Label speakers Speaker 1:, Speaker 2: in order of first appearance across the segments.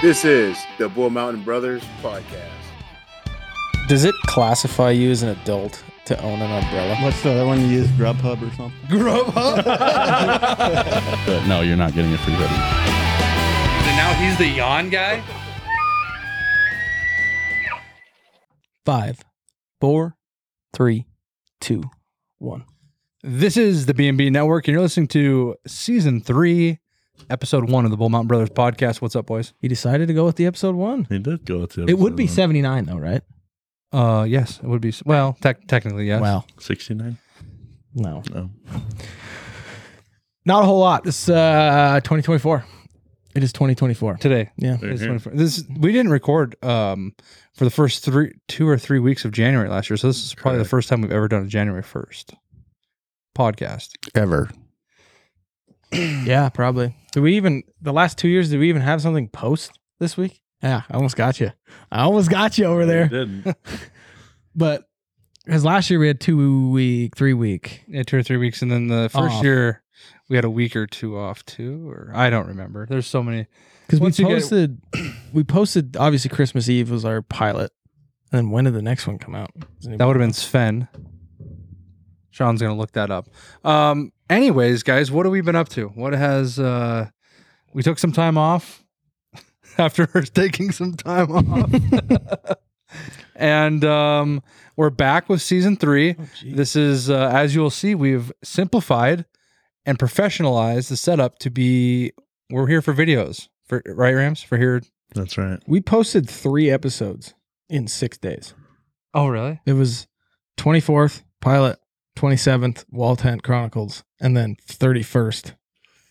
Speaker 1: This is the Bull Mountain Brothers podcast.
Speaker 2: Does it classify you as an adult to own an umbrella?
Speaker 3: What's the other one you use? Grubhub or something?
Speaker 4: But no, you're not getting a free hoodie.
Speaker 5: And now he's the yawn guy?
Speaker 2: Five, four, three, two, one.
Speaker 6: This is the B&B Network, and you're listening to Season 3, Episode 1 of the Bull Mountain Brothers podcast. What's up, boys?
Speaker 2: You decided to go with the episode one.
Speaker 4: He did go to.
Speaker 2: It would be
Speaker 4: episode
Speaker 2: 79 though, right?
Speaker 6: Uh, yes, it would be, well, tec- technically, yes.
Speaker 2: Wow.
Speaker 4: 69.
Speaker 2: No.
Speaker 4: No.
Speaker 2: Not a whole lot. It's uh 2024. It is 2024.
Speaker 6: Today.
Speaker 2: Yeah.
Speaker 6: is 24 This we didn't record um for the first three two or three weeks of January last year, so this is probably the
Speaker 4: Correct.
Speaker 6: first time we've ever done a January first podcast.
Speaker 3: Ever.
Speaker 2: Yeah, probably. Did we even the last two years? Did we even have something post this week? Yeah, I almost got you. I almost got you over
Speaker 4: He
Speaker 2: there.
Speaker 4: didn't.
Speaker 2: But because last year we had two week, three week.
Speaker 6: Yeah, two or three weeks, and then the first
Speaker 2: Off.
Speaker 6: year we had a week or two off too, or I don't remember. There's so many.
Speaker 2: Because we
Speaker 6: Once you get-
Speaker 2: posted, we posted. Obviously, Christmas Eve was our pilot. And then when did the next one come out? Does
Speaker 6: That
Speaker 2: anybody-
Speaker 6: would have been Sven. Sean's gonna look that up. Um, anyways, guys, what have we been up to? What has uh we took some time off after taking some time off. and um we're back with season three. This is uh, as you'll see, we've simplified and professionalized the setup to be we're here for videos. For right, Rams? For here.
Speaker 4: That's right.
Speaker 2: we posted three episodes in six days.
Speaker 6: Oh really?
Speaker 2: It was twenty fourth pilot, twenty seventh Wall Tent Chronicles, and then thirty first.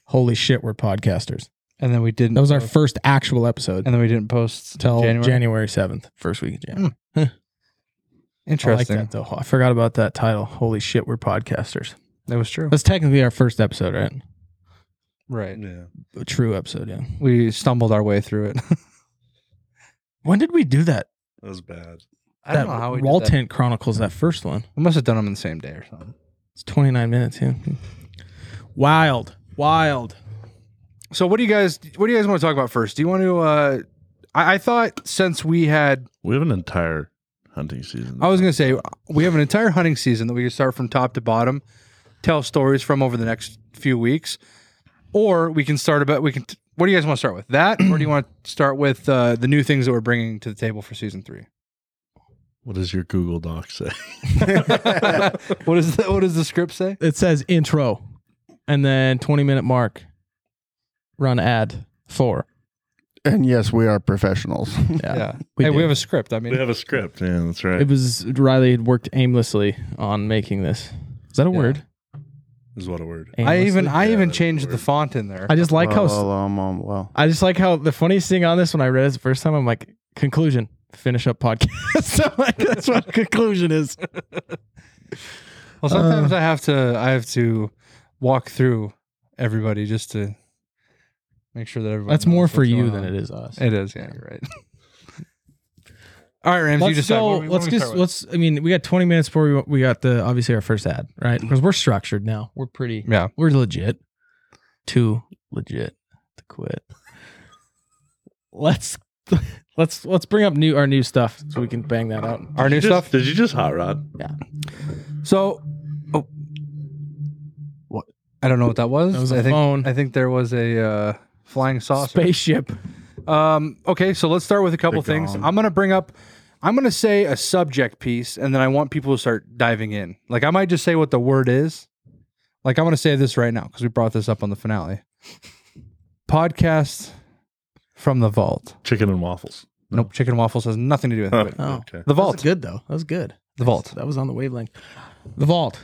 Speaker 2: Holy shit, we're podcasters.
Speaker 6: And then we didn't
Speaker 2: That was our
Speaker 6: post-
Speaker 2: first actual episode
Speaker 6: and then we didn't post
Speaker 2: until
Speaker 6: till January.
Speaker 2: January seventh, first week of January. I like
Speaker 6: Hmm, Interesting.
Speaker 2: that though. I forgot about that title. Holy shit, we're podcasters.
Speaker 6: That was true.
Speaker 2: That's technically our first episode, right?
Speaker 6: Right.
Speaker 4: Yeah.
Speaker 2: A true episode, yeah.
Speaker 6: We stumbled our way through it.
Speaker 2: When did we do that?
Speaker 4: That was bad.
Speaker 6: I
Speaker 2: that Wall Tent Chronicles, that first one.
Speaker 6: We must have done them in the same day or something.
Speaker 2: It's 29 minutes, yeah. Wild. Wild.
Speaker 6: So what do you guys what do you guys want to talk about first? Do you want to uh I, I thought since we had
Speaker 4: We have an entire hunting season.
Speaker 2: Oh.
Speaker 6: I was gonna say we have an entire hunting season that we can start from top to bottom, tell stories from over the next few weeks. Or we can start about we can t- what do you guys want to start with? That or do you want to start with uh, the new things that we're bringing to the table for season three?
Speaker 4: What does your Google Doc say?
Speaker 6: what is the, what does the script say?
Speaker 2: It says intro and then 20 minute mark. Run ad four.
Speaker 3: And yes, we are professionals.
Speaker 2: Yeah. we
Speaker 6: We hey,
Speaker 2: did.
Speaker 6: we have a script. I mean,
Speaker 4: we have a script. Yeah, that's right.
Speaker 2: It was Riley had worked aimlessly on making this. Is that a
Speaker 6: Yeah.
Speaker 2: word?
Speaker 4: Is what a word.
Speaker 6: I
Speaker 2: Aimlessly?
Speaker 6: even I
Speaker 4: Yeah,
Speaker 6: even
Speaker 4: that's
Speaker 6: changed the
Speaker 4: weird.
Speaker 6: font in there.
Speaker 2: I just like how
Speaker 3: well,
Speaker 2: s-
Speaker 3: well, um, um, well.
Speaker 2: I just like how the funniest thing on this when I read it the first time, I'm like, conclusion, finish up podcast. so like, that's what conclusion is.
Speaker 6: Well, sometimes
Speaker 2: uh,
Speaker 6: I have to I have to walk through everybody just to make sure that everybody.
Speaker 2: That's
Speaker 6: knows
Speaker 2: more
Speaker 6: what's
Speaker 2: for you
Speaker 6: going
Speaker 2: than
Speaker 6: on.
Speaker 2: it is us.
Speaker 6: It is. Yeah, you're right. All right, Rams. you
Speaker 2: Let's
Speaker 6: decide.
Speaker 2: go.
Speaker 6: What do we- what
Speaker 2: let's
Speaker 6: do we
Speaker 2: just
Speaker 6: start with?
Speaker 2: let's. I mean, we got 20 minutes before we, we got the obviously our first ad, right?
Speaker 6: Mm-hmm.
Speaker 2: Because we're structured now. We're pretty.
Speaker 6: Yeah.
Speaker 2: We're legit. Too legit to quit. let's let's let's bring up new our new stuff so we can bang that out.
Speaker 6: Our new
Speaker 4: Did you just-
Speaker 6: stuff.
Speaker 4: Did you just hot rod?
Speaker 6: So, oh,
Speaker 2: What?
Speaker 6: I don't know what that was.
Speaker 2: That was a
Speaker 6: I think,
Speaker 2: phone.
Speaker 6: I think there was a uh, flying saucer.
Speaker 2: Spaceship.
Speaker 6: Um, okay, so let's start with a couple
Speaker 4: They're
Speaker 6: things.
Speaker 4: gone.
Speaker 6: I'm gonna bring up. I'm gonna say a subject piece, and then I want people to start diving in. Like I might just say what the word is. Like I'm gonna say this right now because we brought this up on the finale. Podcast from the vault.
Speaker 4: Chicken and waffles.
Speaker 6: Nope, chicken and waffles has nothing to do with it.
Speaker 2: Oh,
Speaker 4: Okay.
Speaker 6: The
Speaker 2: that was
Speaker 6: vault.
Speaker 2: good though. That was good.
Speaker 6: The vault.
Speaker 2: That was on the wavelength. The vault.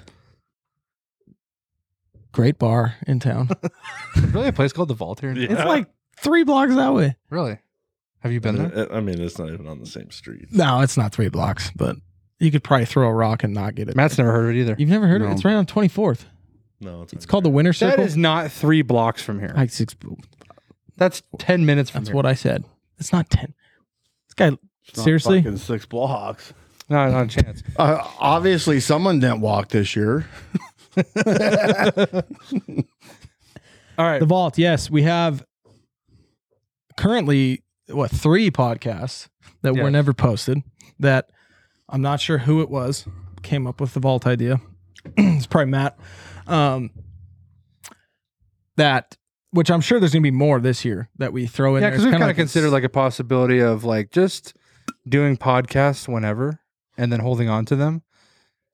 Speaker 2: Great bar in town.
Speaker 6: really a place called the vault here?
Speaker 2: It's like three blocks that way.
Speaker 6: Really? Have you been there?
Speaker 4: I- I mean, it's not even on the same street.
Speaker 2: No, it's not three blocks, but you could probably throw a rock and not get
Speaker 4: Uh,
Speaker 2: it.
Speaker 6: Matt's never heard of it either.
Speaker 2: You've never heard of
Speaker 3: No.
Speaker 2: it? It's right on 24th.
Speaker 4: No, it's,
Speaker 2: It's called the Winter
Speaker 6: That
Speaker 2: Circle.
Speaker 6: is not three blocks from here.
Speaker 2: I ex-
Speaker 6: That's ten minutes from
Speaker 2: that's
Speaker 6: here.
Speaker 2: what I said. It's not 10. This guy,
Speaker 3: It's not
Speaker 2: seriously?
Speaker 3: fucking six blocks.
Speaker 6: No, not a chance.
Speaker 3: Uh, obviously, someone didn't walk this year.
Speaker 6: All right.
Speaker 2: the vault, yes, we have currently what three podcasts that
Speaker 6: Yeah.
Speaker 2: were never posted that I'm not sure who it was came up with the vault idea. it's probably Matt. Um, that which I'm sure there's gonna be more this year that we throw in.
Speaker 6: yeah,
Speaker 2: there.
Speaker 6: because
Speaker 2: It's
Speaker 6: we've kind
Speaker 2: kinda like
Speaker 6: of
Speaker 2: this-
Speaker 6: considered like a possibility of like just doing podcasts whenever and then holding on to them.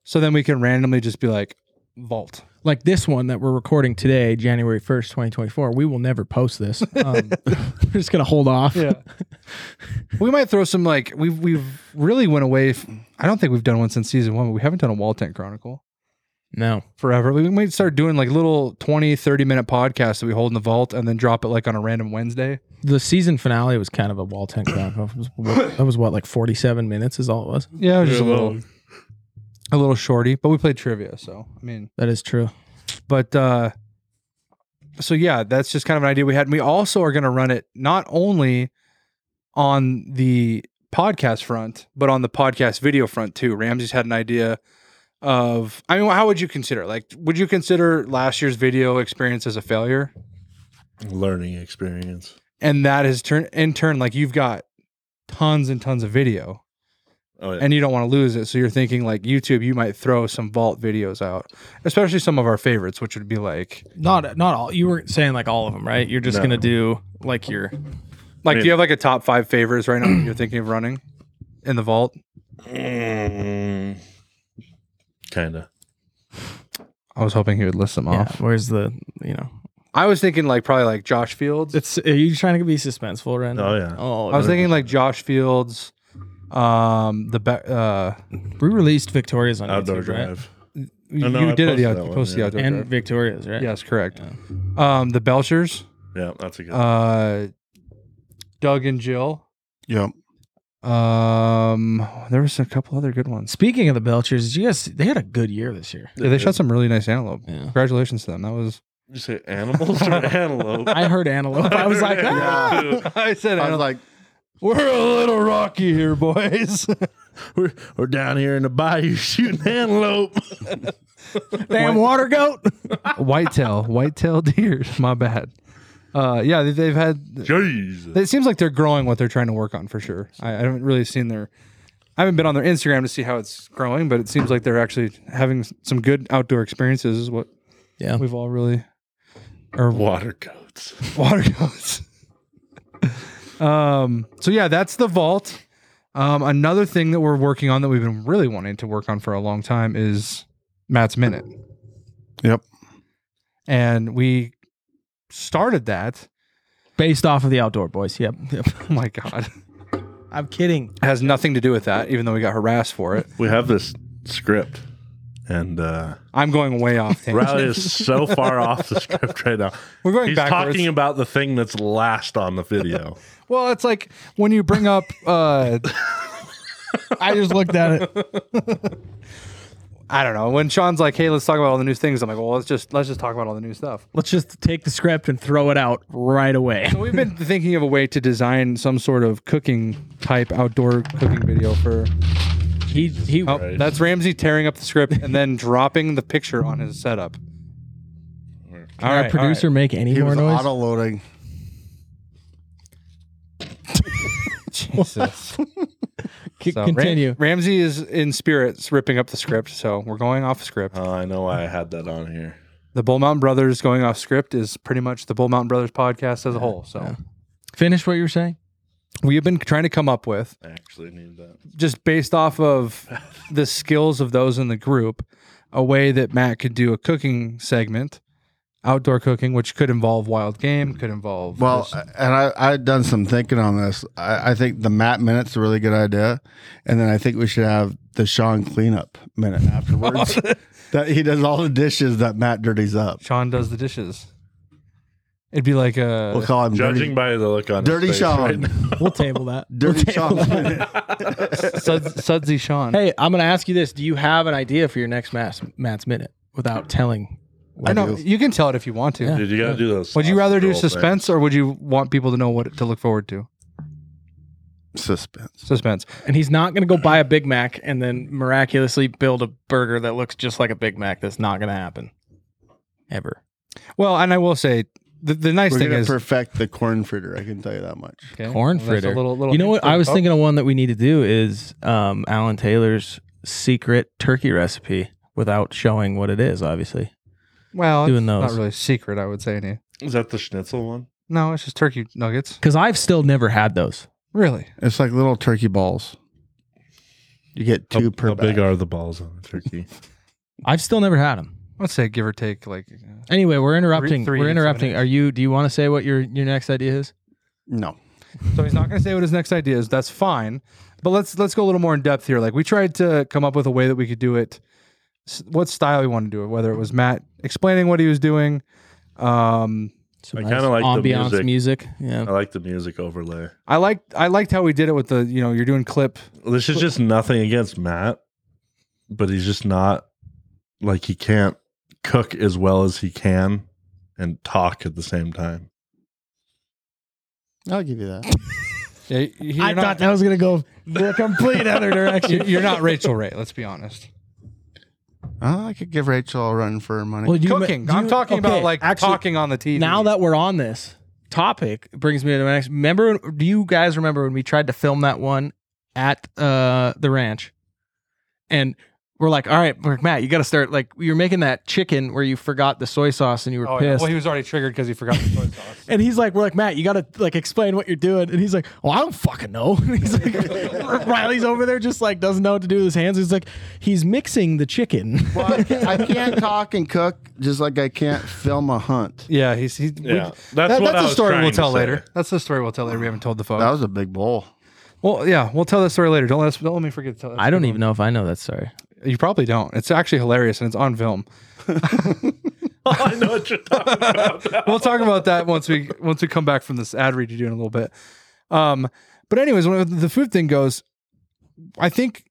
Speaker 6: So then we can randomly just be like, vault.
Speaker 2: like this one that we're recording today, January 1st, 2024, we will never post this. Um, we're just going to hold off.
Speaker 6: we might throw some like, we've, we've really went away. f I don't think we've done one since season one, but we haven't done a Wall Tent Chronicle
Speaker 2: No.
Speaker 6: forever. We might start doing like little 20, 30 minute podcasts that we hold in the vault and then drop it like on a random Wednesday.
Speaker 2: The season finale was kind of a wall tent chronicle. That was what- That was what, like 47 minutes is all it was?
Speaker 6: Yeah, it was just a
Speaker 4: Yeah,
Speaker 6: little, a little shorty, but we played trivia. So, I mean,
Speaker 2: That is true.
Speaker 6: but uh so yeah that's just kind of an idea we had and we also are going to run it not only on the podcast front but on the podcast video front too ramsey's had an idea of i mean how would you consider like would you consider last year's video experience as a failure
Speaker 4: Learning experience.
Speaker 6: and that has turned in turn like you've got tons and tons of video
Speaker 4: Oh yeah.
Speaker 6: and you don't want to lose it so you're thinking like youtube you might throw some vault videos out especially some of our favorites which would be like
Speaker 2: Not not all. You weren't saying like all of them, right? You're just
Speaker 4: No.
Speaker 2: going to do like your.
Speaker 6: Like, do
Speaker 4: Yeah.
Speaker 6: you have like a top five favorites right now that you're thinking of running in the vault?
Speaker 4: Mm, kinda.
Speaker 6: I was hoping he would list them
Speaker 2: Yeah,
Speaker 6: off.
Speaker 2: where's the, you know.
Speaker 6: I was thinking like probably like Josh Fields.
Speaker 2: It's Are you trying to be suspenseful, Ren?
Speaker 4: Oh yeah.
Speaker 2: Oh,
Speaker 6: I was thinking like Josh Fields, um, the be- uh,
Speaker 2: we released Victoria's on
Speaker 4: Outdoor
Speaker 2: YouTube, right?
Speaker 4: drive.
Speaker 6: you,
Speaker 4: no, I
Speaker 6: you
Speaker 4: posted
Speaker 6: did it. Yeah,
Speaker 4: that
Speaker 6: you
Speaker 4: one,
Speaker 6: posted
Speaker 4: yeah.
Speaker 6: the outdoor
Speaker 2: And
Speaker 6: drive.
Speaker 2: Victoria's, right?
Speaker 6: Yes, correct. Um, the Belchers,
Speaker 4: Yeah, that's a good.
Speaker 6: uh, Doug and Jill.
Speaker 3: Yep.
Speaker 6: Um, there was a couple other good ones.
Speaker 2: Speaking of the Belchers, did you guys, they had a good year this year.
Speaker 6: Yeah, they shot some really nice antelope.
Speaker 2: Yeah.
Speaker 6: Congratulations to them. That was.
Speaker 4: Did you say animals or antelope?
Speaker 2: I heard antelope. I was like, ah!
Speaker 6: I said
Speaker 3: I
Speaker 6: antelope.
Speaker 3: was like,
Speaker 6: We're a little rocky here, boys.
Speaker 4: we're, we're down here in the bayou shooting antelope.
Speaker 2: damn water goat.
Speaker 6: whitetail, whitetail deer. My bad. Uh, yeah, they, they've had.
Speaker 4: Jeez.
Speaker 6: It seems like they're growing what they're trying to work on for sure. I, I haven't really seen their. I haven't been on their Instagram to see how it's growing, but it seems like they're actually having s- some good outdoor experiences. Is what
Speaker 2: Yeah.
Speaker 6: we've all really or
Speaker 4: Water goats.
Speaker 6: water goes. um. So yeah, that's the vault. Um, another thing that we're working on that we've been really wanting to work on for a long time is Matt's minute.
Speaker 3: yep.
Speaker 6: and we started that.
Speaker 2: Based off of the outdoor boys. Yep. yep.
Speaker 6: Oh my god,
Speaker 2: I'm kidding.
Speaker 6: has nothing to do with that. Even though we got harassed for it,
Speaker 4: We have this script, and uh,
Speaker 6: I'm going way off. tangent.
Speaker 4: Riley is so far off the script right now.
Speaker 6: We're going
Speaker 4: He's
Speaker 6: backwards.
Speaker 4: talking about the thing that's last on the video.
Speaker 6: well, it's like when you bring up. Uh,
Speaker 2: I just looked at it.
Speaker 6: I don't know when Sean's like, "Hey, let's talk about all the new things." I'm like, "Well, let's just let's just talk about all the new stuff."
Speaker 2: Let's just take the script and throw it out right away.
Speaker 6: We've been thinking of a way to design some sort of cooking type outdoor cooking video for.
Speaker 2: He he
Speaker 6: Oh, that's Ramsey tearing up the script and then dropping the picture on his setup. All
Speaker 2: our
Speaker 6: right, all right.
Speaker 2: producer make any
Speaker 3: He
Speaker 2: more
Speaker 3: was
Speaker 2: noise?
Speaker 3: auto loading.
Speaker 6: Jesus.
Speaker 2: C-
Speaker 6: So Ram-
Speaker 2: continue.
Speaker 6: Ramsey is in spirits ripping up the script, so we're going off script.
Speaker 4: Oh, I know why I had that on here.
Speaker 6: The Bull Mountain Brothers going off script is pretty much the Bull Mountain Brothers podcast as a whole. So
Speaker 2: Finish what you were saying.
Speaker 6: we've been trying to come up with
Speaker 4: I actually need that.
Speaker 6: just based off of the skills of those in the group, a way that Matt could do a cooking segment, outdoor cooking, which could involve wild game, could involve
Speaker 3: Well,
Speaker 6: just-
Speaker 3: and I I had done some thinking on this. I, I think the Matt minute's a really good idea, and then I think we should have the Sean cleanup minute afterwards.
Speaker 2: Oh.
Speaker 3: that he does all the dishes that Matt dirties up.
Speaker 6: Sean does the dishes. It'd be like a
Speaker 3: We'll call him
Speaker 4: Judging
Speaker 3: dirty,
Speaker 4: by the look on
Speaker 3: dirty
Speaker 4: his face right
Speaker 3: Sean.
Speaker 4: now-
Speaker 2: We'll table that.
Speaker 3: dirty Sean minute.
Speaker 6: Suds- Sudsy Sean.
Speaker 2: Hey, I'm gonna ask you this. Do you have an idea for your next Matt's, Matt's minute without telling?
Speaker 6: I know you can tell it if you want to.
Speaker 4: Dude, you gotta do those.
Speaker 6: Would you
Speaker 4: sausage
Speaker 6: rather do
Speaker 4: roll things.
Speaker 6: suspense or would you want people to know what to look forward to?
Speaker 3: Suspense.
Speaker 6: Suspense.
Speaker 2: And he's not gonna go buy a Big Mac and then miraculously build a burger that looks just like a Big Mac. That's not gonna happen. Ever.
Speaker 6: Well, and I will say the, the nice
Speaker 3: We're
Speaker 6: thing
Speaker 3: gonna
Speaker 6: is
Speaker 3: perfect the corn fritter. I can tell you that much.
Speaker 6: Okay,
Speaker 2: corn
Speaker 6: well, that's a
Speaker 2: fritter.
Speaker 6: little- little Oh,
Speaker 2: you know what?
Speaker 6: hint.
Speaker 2: I was thinking of one that we need to do is um, Alan Taylor's secret turkey recipe without showing what it is. Obviously,
Speaker 6: well,
Speaker 2: doing
Speaker 6: it's not
Speaker 2: those.
Speaker 6: really a secret. I would say any.
Speaker 7: Is that the schnitzel one?
Speaker 6: No, it's just turkey nuggets.
Speaker 2: because I've still never had those.
Speaker 6: Really?
Speaker 3: It's like little turkey balls. You get two
Speaker 4: how,
Speaker 3: per
Speaker 4: how big
Speaker 3: bag.
Speaker 4: are the balls on the turkey?
Speaker 2: I've still never had them.
Speaker 6: Let's say give or take like uh,
Speaker 2: Anyway, we're interrupting.
Speaker 6: three
Speaker 2: we we're
Speaker 6: and seven
Speaker 2: interrupting.
Speaker 6: eighths.
Speaker 2: Are you? Do you want to say what your your next idea is?
Speaker 3: No.
Speaker 6: So he's not going to say what his next idea is. That's fine. But let's let's go a little more in depth here. Like we tried to come up with a way that we could do it. s- What style we want to do it? Whether it was Matt explaining what he was doing. Um,
Speaker 2: Some
Speaker 4: I kinda like the
Speaker 2: ambiance
Speaker 4: music.
Speaker 2: Yeah.
Speaker 4: I like the music overlay.
Speaker 6: I liked I liked how we did it with the you know you're doing clip.
Speaker 4: This is just nothing against Matt, but he's just not like he can't cook as well as he can and talk at the same time.
Speaker 3: I'll give you that.
Speaker 6: Yeah, you're
Speaker 2: I
Speaker 6: not-
Speaker 2: thought that was gonna go the complete other
Speaker 6: you're-
Speaker 2: direction.
Speaker 6: you're not Rachel Ray. Let's be honest.
Speaker 3: Oh, I could give Rachel a run for her money.
Speaker 2: Well, you-
Speaker 6: Cooking.
Speaker 2: do you-
Speaker 6: I'm talking
Speaker 2: okay,
Speaker 6: about like
Speaker 2: actually,
Speaker 6: talking on the TV.
Speaker 2: Now that we're on this topic, it brings me to my next. Remember, do you guys remember when we tried to film that one at uh, the ranch? And we're like, all right, we're like, Matt, you got to start. Like, you were making that chicken where you forgot the soy sauce and you were
Speaker 6: oh, yeah.
Speaker 2: pissed.
Speaker 6: well he was already triggered because he forgot the soy sauce.
Speaker 2: And he's like, we're like, Matt, you gotta like explain what you're doing. And he's like, well, I don't fucking know. And he's like, Riley's over there just like doesn't know what to do with his hands. He's like, he's mixing the chicken.
Speaker 3: Well, I can't- I can't talk and cook just like I can't film a hunt.
Speaker 6: Yeah, he's he. we-
Speaker 7: Yeah, that's
Speaker 6: that-
Speaker 7: what I
Speaker 6: that's a
Speaker 7: was
Speaker 6: story we'll
Speaker 7: trying to
Speaker 6: tell
Speaker 7: say.
Speaker 6: later. That's the story we'll tell later. We haven't told the folks.
Speaker 3: That was a big bowl.
Speaker 6: Well, yeah, we'll tell that story later. Don't let us, don't let me forget to tell. That
Speaker 2: I don't even know if I know that story.
Speaker 6: even. You probably don't. It's actually hilarious and it's on film.
Speaker 7: I know what you're talking about.
Speaker 6: We'll talk about that once we once we come back from this ad read you do in a little bit. Um, but anyways, when the food thing goes, I think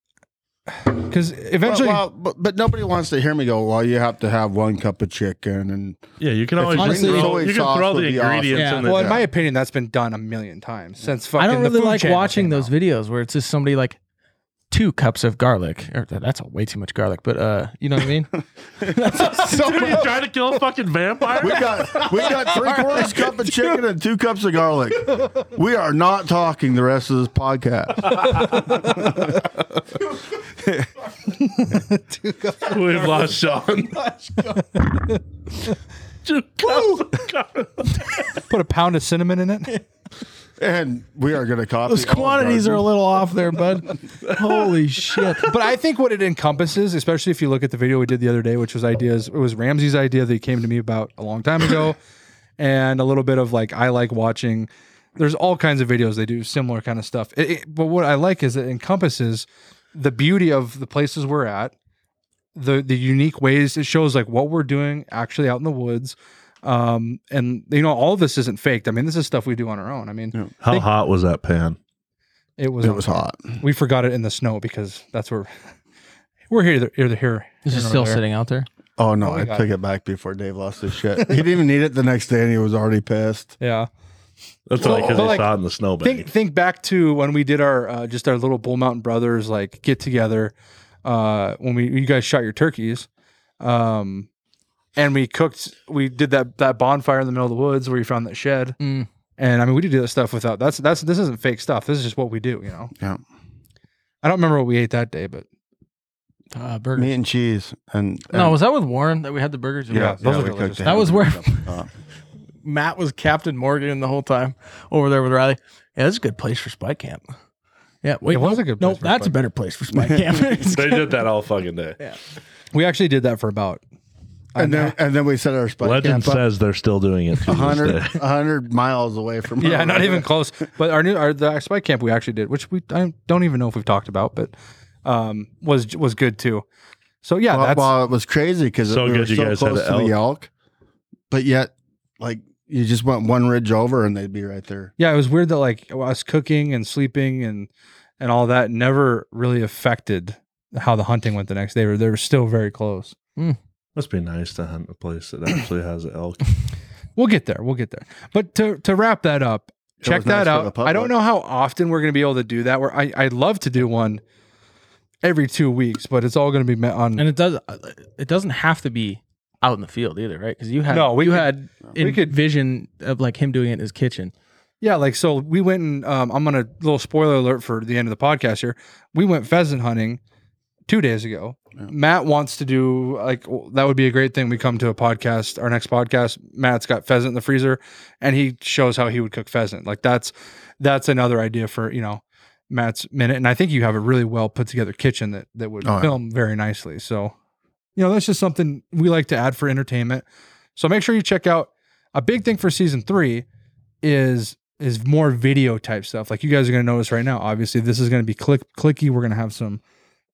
Speaker 6: because eventually,
Speaker 3: well, well, but, but nobody wants to hear me go. Well, you have to have one cup of chicken, and
Speaker 4: Yeah, you can
Speaker 3: If
Speaker 4: always
Speaker 3: you
Speaker 4: just
Speaker 2: bring
Speaker 4: throw,
Speaker 3: soy
Speaker 4: you can
Speaker 3: sauce
Speaker 4: throw
Speaker 3: would
Speaker 4: the
Speaker 3: be awesome.
Speaker 4: ingredients
Speaker 2: Yeah.
Speaker 4: in
Speaker 6: well,
Speaker 4: the
Speaker 6: in my opinion, that's been done a million times since fucking.
Speaker 2: I don't
Speaker 6: the
Speaker 2: really
Speaker 6: Food
Speaker 2: like
Speaker 6: Channel
Speaker 2: watching
Speaker 6: came
Speaker 2: those
Speaker 6: out.
Speaker 2: videos where it's just somebody like two cups of garlic. Or th- that's way too much garlic, but uh, you know what I mean? That's so
Speaker 4: Dude, you trying to kill a fucking vampire?
Speaker 3: we got we got three quarters cup of chicken and two cups of garlic. We are not talking the rest of this podcast.
Speaker 4: We've lost Sean.
Speaker 6: Put a pound of cinnamon in it.
Speaker 3: And we are going to copy
Speaker 2: those
Speaker 3: Olive
Speaker 2: quantities are a
Speaker 3: Garden.
Speaker 2: little off there, bud. Holy shit.
Speaker 6: but I think what it encompasses, especially if you look at the video we did the other day, which was ideas, it was Ramsey's idea that he came to me about a long time ago, and a little bit of like I like watching. There's all kinds of videos they do similar kind of stuff. It- it- but what I like is it encompasses the beauty of the places we're at, the the unique ways it shows like what we're doing actually out in the woods. Um, and you know, all this isn't faked. I mean, this is stuff we do on our own. I mean,
Speaker 4: How hot was that pan?
Speaker 6: it was
Speaker 3: It was hot.
Speaker 6: we forgot it in the snow because that's where we're here. Either, either here.
Speaker 2: This is
Speaker 6: here nor
Speaker 2: still
Speaker 6: there.
Speaker 2: sitting out there.
Speaker 3: Oh no,
Speaker 6: Oh, we
Speaker 3: I
Speaker 6: got
Speaker 3: took it back before Dave lost his shit. He didn't even eat it the next day, and he was already pissed.
Speaker 6: Yeah.
Speaker 4: That's only because
Speaker 6: But,
Speaker 4: he
Speaker 6: like,
Speaker 4: saw it in the snowbank.
Speaker 6: Think think back to when we did our uh, just our little Bull Mountain Brothers like get together uh, when we you guys shot your turkeys, um, and we cooked. We did that that bonfire in the middle of the woods where you found that shed.
Speaker 2: Mm.
Speaker 6: And I mean, we did do that stuff without that's that's this isn't fake stuff. This is just what we do. You know.
Speaker 3: Yeah.
Speaker 6: I don't remember what we ate that day, but
Speaker 2: Uh, burgers.
Speaker 3: Meat and cheese, and, and
Speaker 2: No, was that with Warren that we had the burgers?
Speaker 3: yeah,
Speaker 6: those are
Speaker 3: we
Speaker 6: delicious.
Speaker 3: cooked the
Speaker 2: That was where-
Speaker 3: hamburgers up top.
Speaker 2: Matt was Captain Morgan the whole time over there with Riley. Yeah, that's a good place for spy camp. Yeah, wait,
Speaker 6: It was
Speaker 2: no,
Speaker 6: a good
Speaker 2: no,
Speaker 6: place for
Speaker 2: that's
Speaker 6: spy
Speaker 2: a better place for spy camp.
Speaker 7: They did that all fucking day.
Speaker 6: we actually did that for about
Speaker 3: and then and then we set our spike
Speaker 4: Legend
Speaker 3: camp up
Speaker 4: says they're still doing it. To this
Speaker 3: 100,
Speaker 4: day.
Speaker 3: 100 miles away from
Speaker 6: yeah,
Speaker 3: where
Speaker 6: not
Speaker 3: we
Speaker 6: even
Speaker 3: were.
Speaker 6: close. But our new our the spy camp we actually did, which we I don't even know if we've talked about, but um, was was good too. So yeah,
Speaker 3: well,
Speaker 6: that's
Speaker 3: well, it was crazy because
Speaker 4: So
Speaker 3: we were
Speaker 4: good you
Speaker 3: so
Speaker 4: guys had
Speaker 3: close
Speaker 4: an
Speaker 3: to
Speaker 4: elk.
Speaker 3: the elk, but yet, like you just went one ridge over and they'd be right there.
Speaker 6: yeah. It was weird that like us cooking and sleeping and and all that never really affected how the hunting went the next day. They were, they were still very close.
Speaker 4: Must be nice to hunt a place that actually has elk.
Speaker 6: We'll get there. We'll get there. But to to wrap that up,
Speaker 3: It
Speaker 6: check
Speaker 3: was nice
Speaker 6: that
Speaker 3: for the
Speaker 6: out.
Speaker 3: public.
Speaker 6: I don't know how often we're going to be able to do that. Where I I'd love to do one every two weeks, but it's all going to be met on
Speaker 2: and it does it doesn't have to be out in the field either, right? Because you had
Speaker 6: No, we
Speaker 2: you
Speaker 6: could-
Speaker 2: had
Speaker 6: we could-
Speaker 2: vision of like him doing it in his kitchen.
Speaker 6: Yeah, like so we went and um, I'm gonna little spoiler alert for the end of the podcast here. We went pheasant hunting two days ago. Matt wants to do like w- that would be a great thing. We come to a podcast, our next podcast. Matt's got pheasant in the freezer, and he shows how he would cook pheasant. Like that's that's another idea for you know Matt's minute. And I think you have a really well put together kitchen that that would
Speaker 3: Oh, yeah.
Speaker 6: film very nicely. So you know that's just something we like to add for entertainment. So make sure you check out a big thing for season three is is more video type stuff. Like you guys are going to notice right now. Obviously, this is going to be click clicky. We're going to have some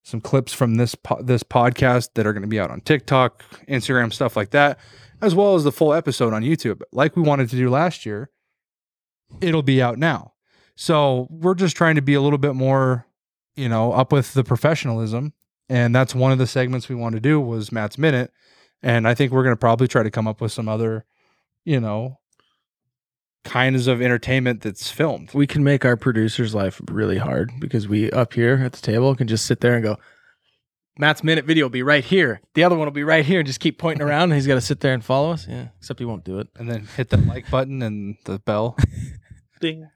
Speaker 6: some clips from this po- this podcast that are going to be out on TikTok, Instagram, stuff like that, as well as the full episode on YouTube. Like we wanted to do last year, it'll be out now. So we're just trying to be a little bit more, you know, up with the professionalism, and that's one of the segments we want to do was Matt's minute, and I think we're going to probably try to come up with some other, you know, kinds of entertainment that's filmed.
Speaker 2: We can make our producer's life really hard because we up here at the table can just sit there and go, Matt's minute video will be right here. The other one will be right here and just keep pointing around and he's got to sit there and follow us. Yeah. Except he won't do it.
Speaker 6: and then hit the like button and the bell.
Speaker 7: Ding.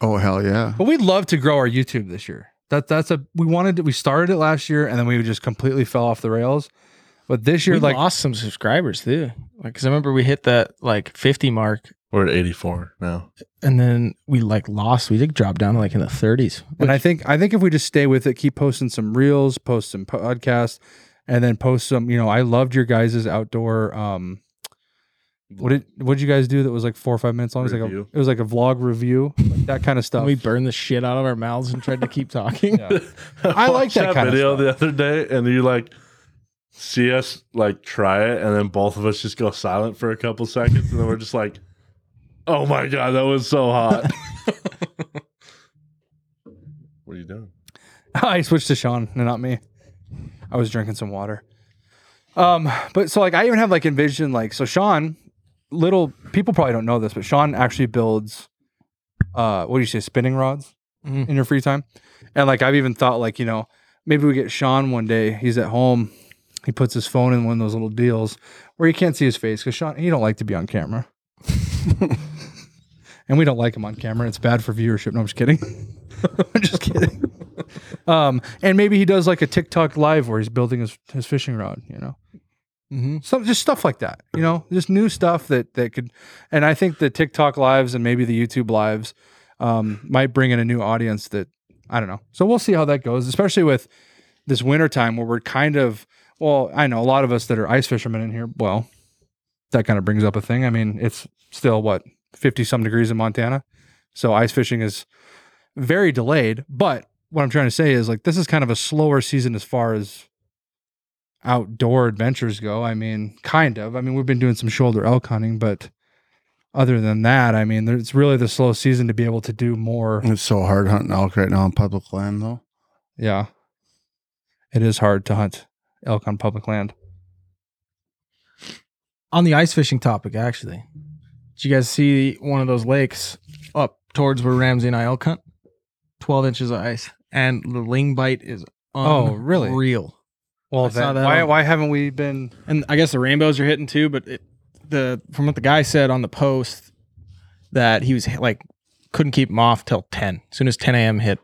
Speaker 3: Oh hell yeah!
Speaker 6: But we'd love to grow our YouTube this year. That that's a we wanted to, we started it last year and then we just completely fell off the rails. But this year,
Speaker 2: we
Speaker 6: like
Speaker 2: lost some subscribers too. Like, cause I remember we hit that like 50 mark
Speaker 4: We're at 84 now.
Speaker 2: and then we like lost. We did drop down to like in the 30s.
Speaker 6: and I think I think if we just stay with it, keep posting some reels, post some podcasts, and then post some, you know, I loved your guys' outdoor um what did what did you guys do that was like four or five minutes long? It was like a
Speaker 4: Review.
Speaker 6: it was like a vlog review, like that kind of stuff.
Speaker 2: we burned the shit out of our mouths and tried to keep talking.
Speaker 6: Yeah. I like
Speaker 4: watched
Speaker 6: that kind of
Speaker 4: video
Speaker 6: stuff.
Speaker 4: the other day, and you like see us like try it, and then both of us just go silent for a couple seconds, and then we're just like, "Oh my god, that was so hot." what are you doing?
Speaker 6: I switched to Sean and not me. I was drinking some water. Um, but so like I even have like envisioned like so Sean, little people probably don't know this, but Sean actually builds uh what do you say, spinning rods
Speaker 2: Mhm.
Speaker 6: in your free time. And like I've even thought like, you know, maybe we get Sean one day, he's at home, he puts his phone in one of those little deals where you can't see his face because Sean he don't like to be on camera. and we don't like him on camera. It's bad for viewership. No, I'm just kidding. I'm just kidding. Um, and maybe he does like a TikTok live where he's building his, his fishing rod, you know,
Speaker 2: Mhm.
Speaker 6: some just stuff like that, you know, just new stuff that that could. And I think the TikTok lives and maybe the YouTube lives um, might bring in a new audience that I don't know. So we'll see how that goes, especially with this winter time where we're kind of well, I know a lot of us that are ice fishermen in here. Well, that kind of brings up a thing. I mean, it's still what fifty some degrees in Montana, so ice fishing is very delayed. But what I'm trying to say is like this is kind of a slower season as far as outdoor adventures go. I mean, kind of. I mean, we've been doing some shoulder elk hunting, but other than that, I mean, there- it's really the slow season to be able to do more.
Speaker 3: It's so hard hunting elk right now on public land though.
Speaker 6: Yeah, it is hard to hunt elk on public land.
Speaker 2: on the ice fishing topic, actually, did you guys see one of those lakes up towards where Ramsey and I elk hunt? Twelve inches of ice, and the ling bite is
Speaker 6: Oh, really?
Speaker 2: real.
Speaker 6: Well,
Speaker 2: I saw
Speaker 6: then
Speaker 2: that
Speaker 6: why
Speaker 2: on-
Speaker 6: why haven't we been?
Speaker 2: And I guess the rainbows are hitting too, but it, the from what the guy said on the post that he was like couldn't keep them off till ten. As soon as ten a.m. hit,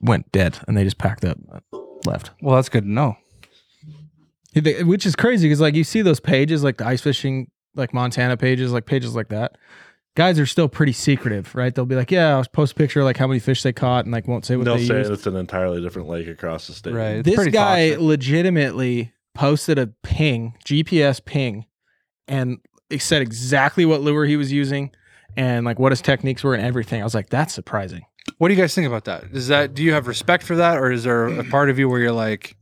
Speaker 2: went dead, and they just packed up, left.
Speaker 6: Well, that's good to know.
Speaker 2: They- which is crazy because like you see those pages like the ice fishing like montana pages like pages like that guys are still pretty secretive right they'll be like yeah i'll post a picture of, like how many fish they caught and like won't say what
Speaker 4: They'll
Speaker 2: they
Speaker 4: say
Speaker 2: used
Speaker 4: it's an entirely different lake across the state.
Speaker 6: Right. It's
Speaker 2: this
Speaker 6: pretty
Speaker 2: guy
Speaker 6: toxic.
Speaker 2: legitimately posted a ping gps ping and it said exactly what lure he was using and like what his techniques were and everything i was like that's surprising
Speaker 6: What do you guys think about that? Is that do you have respect for that, or is there a part of you where you're like,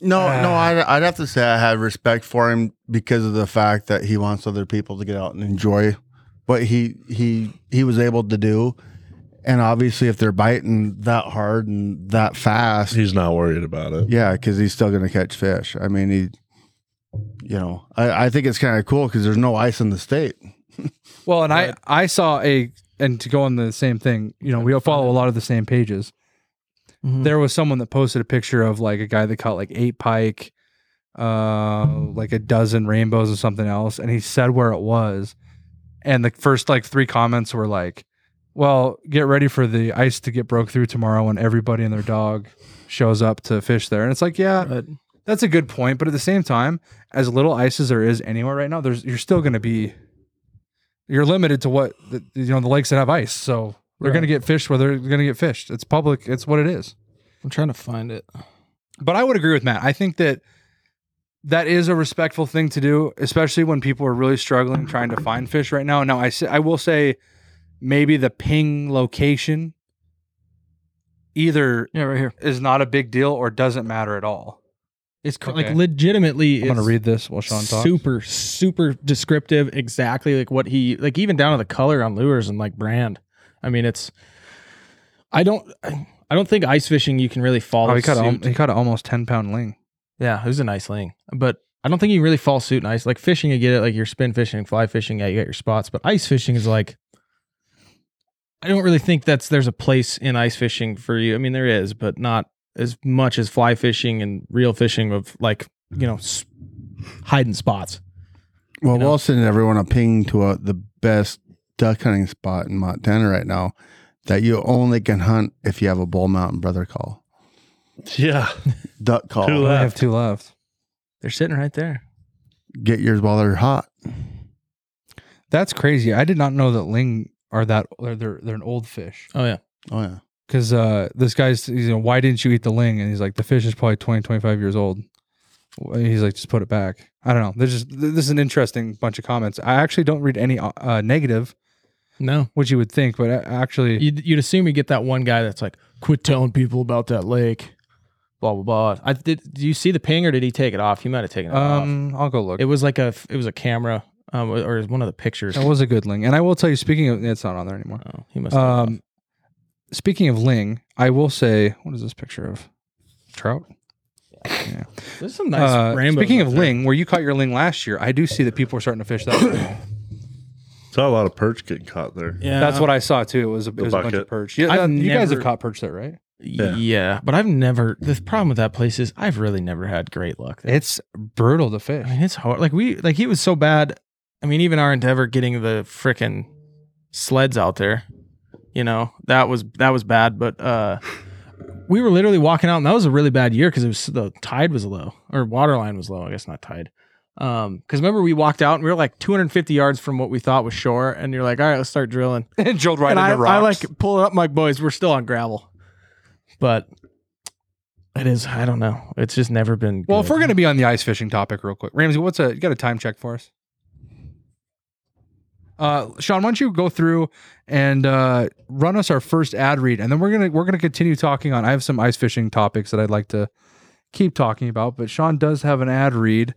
Speaker 3: No, no,
Speaker 6: Ah.
Speaker 3: I'd, I'd have to say I have respect for him because of the fact that he wants other people to get out and enjoy what he he he was able to do. And obviously, if they're biting that hard and that fast,
Speaker 4: He's not worried about it.
Speaker 3: yeah, because he's still going to catch fish. I mean, he, you know, I, I think it's kind of cool because there's no ice in the state.
Speaker 6: Well, and I I saw a and to go on the same thing, you know, we follow a lot of the same pages.
Speaker 2: Mhm.
Speaker 6: There was someone that posted a picture of like a guy that caught like eight pike, uh, like a dozen rainbows and something else, and he said where it was, and the first like three comments were like, "Well, get ready for the ice to get broke through tomorrow, and everybody and their dog shows up to fish there." And it's like, yeah,
Speaker 2: Right.
Speaker 6: that's a good point, but at the same time, as little ice as there is anywhere right now, there's you're still going to be you're limited to what the, you know the lakes that have ice, so they're
Speaker 2: Right.
Speaker 6: going to get fished where they're going to get fished. It's public. It's what it is.
Speaker 2: I'm trying to find it.
Speaker 6: But I would agree with Matt. I think that that is a respectful thing to do, especially when people are really struggling trying to find fish right now. Now, I s- I will say maybe the ping location either
Speaker 2: Yeah, right here.
Speaker 6: is not a big deal or doesn't matter at all.
Speaker 2: It's cr-
Speaker 6: Okay.
Speaker 2: like legitimately.
Speaker 6: I'm going to
Speaker 2: it's
Speaker 6: read this while Sean talks.
Speaker 2: super super descriptive. Exactly like what he like even down to the color on lures and like brand. I mean, it's. I don't. I don't think ice fishing you can really follow.
Speaker 6: Oh, he caught, a,
Speaker 2: suit.
Speaker 6: he caught an almost 10 pound ling.
Speaker 2: Yeah, it was a nice ling. But I don't think you really fall suit in ice. Like fishing, you get it. Like you're spin fishing and fly fishing, yeah, you got your spots. But ice fishing is like, I don't really think that's there's a place in ice fishing for you. I mean, there is, but not as much as fly fishing and real fishing of like you know s- hiding spots.
Speaker 3: Well,
Speaker 2: You know?
Speaker 3: we'll send everyone a ping to uh the best duck hunting spot in Montana right now that you only can hunt if you have a bull mountain brother call,
Speaker 4: Yeah.
Speaker 3: duck call.
Speaker 4: Two
Speaker 6: I
Speaker 4: left.
Speaker 6: have two left.
Speaker 2: They're sitting right there.
Speaker 3: Get yours while they're hot.
Speaker 6: That's crazy. I did not know that ling are that, they're, they're, they're an old fish.
Speaker 2: Oh yeah,
Speaker 3: Oh yeah,
Speaker 6: Because uh, this guy's, he's, you know, why didn't you eat the ling? And he's like, the fish is probably 20, 25 years old. And He's like, just put it back. I don't know. There's just, th- this is an interesting bunch of comments. I actually don't read any uh, negative,
Speaker 2: no,
Speaker 6: which you would think, but I actually,
Speaker 2: you'd, you'd assume you get that one guy that's like, quit telling people about that lake. Blah blah blah. I did. Do you see the ping or did he take it off? He might have taken it off.
Speaker 6: um, I'll go look.
Speaker 2: It was like a it was a camera um, or one of the pictures.
Speaker 6: That was a good ling. And I will tell you, speaking of, it's not on there anymore.
Speaker 2: Oh, he must. have
Speaker 6: Um, speaking of ling, I will say, what is this picture of? Trout?
Speaker 2: There's some nice
Speaker 6: Uh,
Speaker 2: rainbows
Speaker 6: speaking
Speaker 2: up
Speaker 6: of
Speaker 2: there.
Speaker 6: ling, where you caught your ling last year, I do see that people are starting to fish that.
Speaker 4: Saw a lot of perch getting caught there.
Speaker 2: yeah,
Speaker 6: That's what I saw too. It was a, it was a bunch of
Speaker 4: bucket.
Speaker 6: perch. Yeah,
Speaker 2: I've
Speaker 6: that- you guys
Speaker 2: never-
Speaker 6: have caught perch there, right?
Speaker 2: Yeah. but I've never. The problem with that place is I've really never had great luck. There.
Speaker 6: It's brutal to
Speaker 2: I
Speaker 6: fish.
Speaker 2: mean, it's hard. Like we, like he was so bad. I mean, even our endeavor getting the frickin' sleds out there, you know, that was that was bad. But uh we were literally walking out, and that was a really bad year because it was the tide was low or water line was low. I guess not tide. Um, because remember we walked out and we were like 250 yards from what we thought was shore, and you're like, all right, let's start drilling.
Speaker 6: It drilled right
Speaker 2: and I,
Speaker 6: into
Speaker 2: I
Speaker 6: rocks.
Speaker 2: like pull it up, i like, boys, we're still on gravel, but it is. I don't know. It's just never been.
Speaker 6: well,
Speaker 2: good.
Speaker 6: if we're gonna be on the ice fishing topic real quick, Ramsey, what's a you got a time check for us? Uh, Sean, why don't you go through and uh, run us our first ad read, and then we're gonna we're gonna continue talking on. I have some ice fishing topics that I'd like to keep talking about, but Sean does have an ad read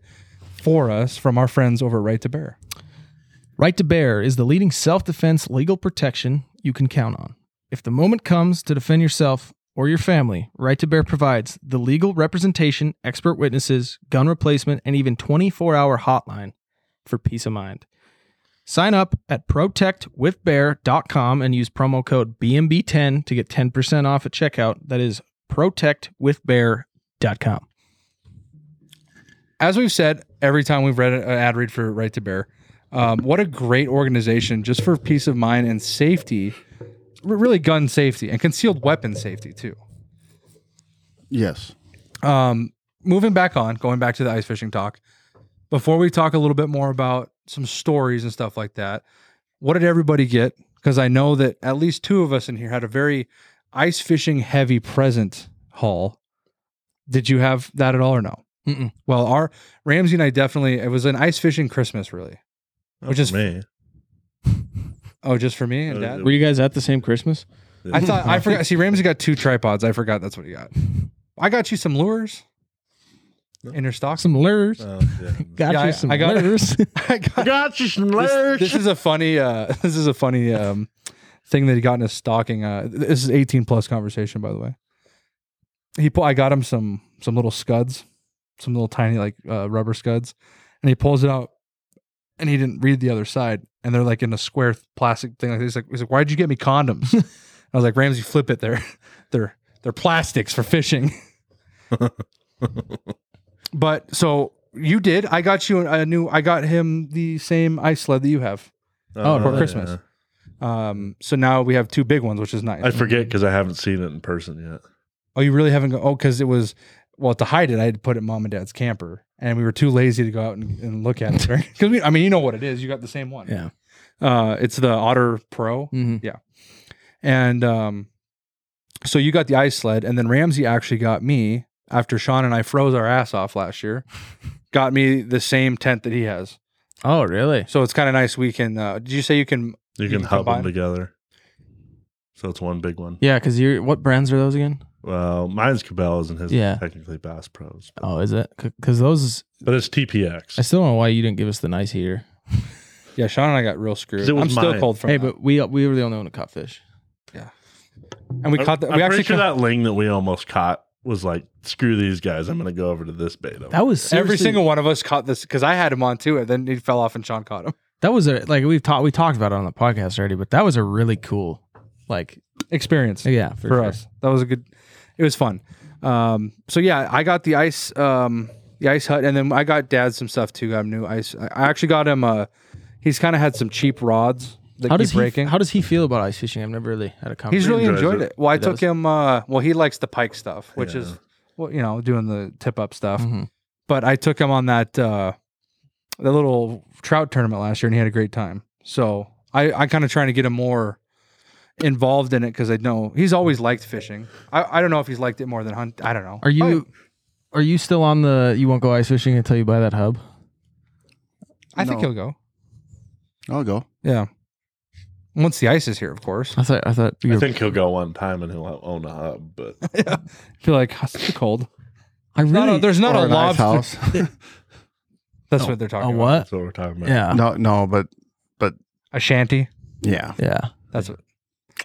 Speaker 6: for us from our friends over at Right to Bear.
Speaker 2: Right to Bear is the leading self defense legal protection you can count on. If the moment comes to defend yourself or your family, Right to Bear provides the legal representation, expert witnesses, gun replacement, and even 24 hour hotline for peace of mind. Sign up at protectwithbear.com and use promo code BMB10 to get 10% off at checkout. That is protectwithbear.com.
Speaker 6: as we've said every time we've read an ad read for Right to Bear, um, what a great organization just for peace of mind and safety, r- really gun safety and concealed weapon safety too.
Speaker 3: yes.
Speaker 6: Um, moving back on, going back to the ice fishing talk. Before we talk a little bit more about some stories and stuff like that, what did everybody get? Because I know that at least two of us in here had a very ice fishing heavy present haul. Did you have that at all or no?
Speaker 2: Mm-mm.
Speaker 6: Well, our Ramsey and I definitely it was an ice fishing Christmas really.
Speaker 4: Not
Speaker 6: Which
Speaker 4: for
Speaker 6: is-
Speaker 4: me.
Speaker 6: Oh, just for me and
Speaker 4: Uh,
Speaker 6: dad.
Speaker 2: Were you guys at the same Christmas?
Speaker 6: I thought I forgot. See, Ramsey got two tripods. I forgot that's what he got. I got you some lures in your stock.
Speaker 2: Some lures.
Speaker 4: Oh, yeah.
Speaker 2: Got
Speaker 6: Yeah, I-
Speaker 2: you some
Speaker 6: I got-
Speaker 2: lures.
Speaker 6: I got
Speaker 4: Got you some
Speaker 6: this, this is a funny uh this is a funny um thing that he got in his stocking uh this is 18 plus conversation by the way he pull, i got him some some little scuds some little tiny like uh, rubber scuds and he pulls it out and he didn't read the other side and they're like in a square th- plastic thing like this. he's like, he's like why'd you get me condoms i was like ramsey flip it they're they're they're plastics for fishing But so you did. I got you a new. I got him the same ice sled that you have.
Speaker 2: Oh,
Speaker 4: Uh,
Speaker 6: for Christmas. Um, so now we have two big ones, which is nice.
Speaker 4: I forget because I haven't seen it in person yet.
Speaker 6: Oh, you really haven't? Go- oh, because it was well to hide it. I had to put it in mom and dad's camper, and we were too lazy to go out and, and look at it. Right? Because I mean, you know what it is. You got the same one.
Speaker 2: Yeah.
Speaker 6: Uh, it's the Otter Pro,
Speaker 2: Mm-hmm.
Speaker 6: and um, so you got the ice sled, and then Ramsey actually got me after Sean and I froze our ass off last year. got me the same tent that he has.
Speaker 2: Oh, really?
Speaker 6: So it's kind of nice. We can. Uh, did you say you can?
Speaker 4: You
Speaker 6: You
Speaker 4: can
Speaker 6: can
Speaker 4: hub
Speaker 6: combine-
Speaker 4: them together. So it's one big one.
Speaker 2: Yeah, because you're what brands are those again?
Speaker 4: Well, mine's Cabela's and his
Speaker 2: Yeah.
Speaker 4: is technically Bass Pros. But,
Speaker 2: Oh, is it? Because those,
Speaker 4: but it's
Speaker 2: I
Speaker 4: TPX.
Speaker 2: still don't know why you didn't give us the nice heater.
Speaker 6: Yeah, Sean and I got real screwed.
Speaker 4: 'Cause it was
Speaker 6: I'm still
Speaker 4: mine.
Speaker 6: cold from
Speaker 2: Hey,
Speaker 6: that.
Speaker 2: but we we were the only one who caught fish.
Speaker 6: and we
Speaker 4: I'm-
Speaker 6: caught that.
Speaker 4: I'm
Speaker 6: We actually
Speaker 4: pretty sure
Speaker 6: caught,
Speaker 4: that ling that we almost caught was like, screw these guys. I'm going to go over to this beta.
Speaker 2: That was
Speaker 6: every
Speaker 2: seriously-
Speaker 6: single one of us caught this because I had him on too, and then he fell off, and Sean caught him.
Speaker 2: That was a like we've talked we talked about it on the podcast already, but that was a really cool like
Speaker 6: Experience
Speaker 2: yeah for,
Speaker 6: for,
Speaker 2: sure.
Speaker 6: us. That was a good. It was fun. Um, so yeah, I got the ice, um, the ice hut, and then I got Dad some stuff too. Got him new ice. I I actually got him. Uh, he's kind of had some cheap rods that
Speaker 2: How
Speaker 6: keep
Speaker 2: does he
Speaker 6: breaking.
Speaker 2: how does he feel about ice fishing? I've never really had a conversation.
Speaker 6: he's really
Speaker 4: enjoys
Speaker 6: enjoyed
Speaker 4: it.
Speaker 6: it. Well, I
Speaker 2: He
Speaker 6: took
Speaker 2: does.
Speaker 6: him. Uh, well, he likes the pike stuff, which
Speaker 4: Yeah.
Speaker 6: is well, you know, doing the tip up stuff.
Speaker 2: Mhm.
Speaker 6: But I took him on that uh, the little trout tournament last year, and he had a great time. So I I kind of trying to get him more involved in it because I know he's always liked fishing. I, I don't know if he's liked it more than hunt. I don't know. Oh,
Speaker 2: Are you are you still on the you won't go ice fishing until you buy that hub?
Speaker 6: I, I think
Speaker 3: No.
Speaker 6: he'll go.
Speaker 3: I'll go.
Speaker 6: Yeah. Once the ice is here, of course.
Speaker 2: I thought I thought you
Speaker 4: I
Speaker 2: were,
Speaker 4: think he'll go one time and he'll own a hub, but
Speaker 6: I feel like it's too cold.
Speaker 2: I really
Speaker 6: Not a- there's not
Speaker 3: Or
Speaker 6: a
Speaker 3: an ice
Speaker 6: lobster.
Speaker 3: house.
Speaker 6: That's Oh, what they're
Speaker 2: a
Speaker 6: talking about.
Speaker 2: what?
Speaker 4: that's what we're talking about.
Speaker 2: Yeah.
Speaker 3: no, no, but
Speaker 6: A shanty.
Speaker 3: yeah.
Speaker 2: Yeah.
Speaker 6: That's what.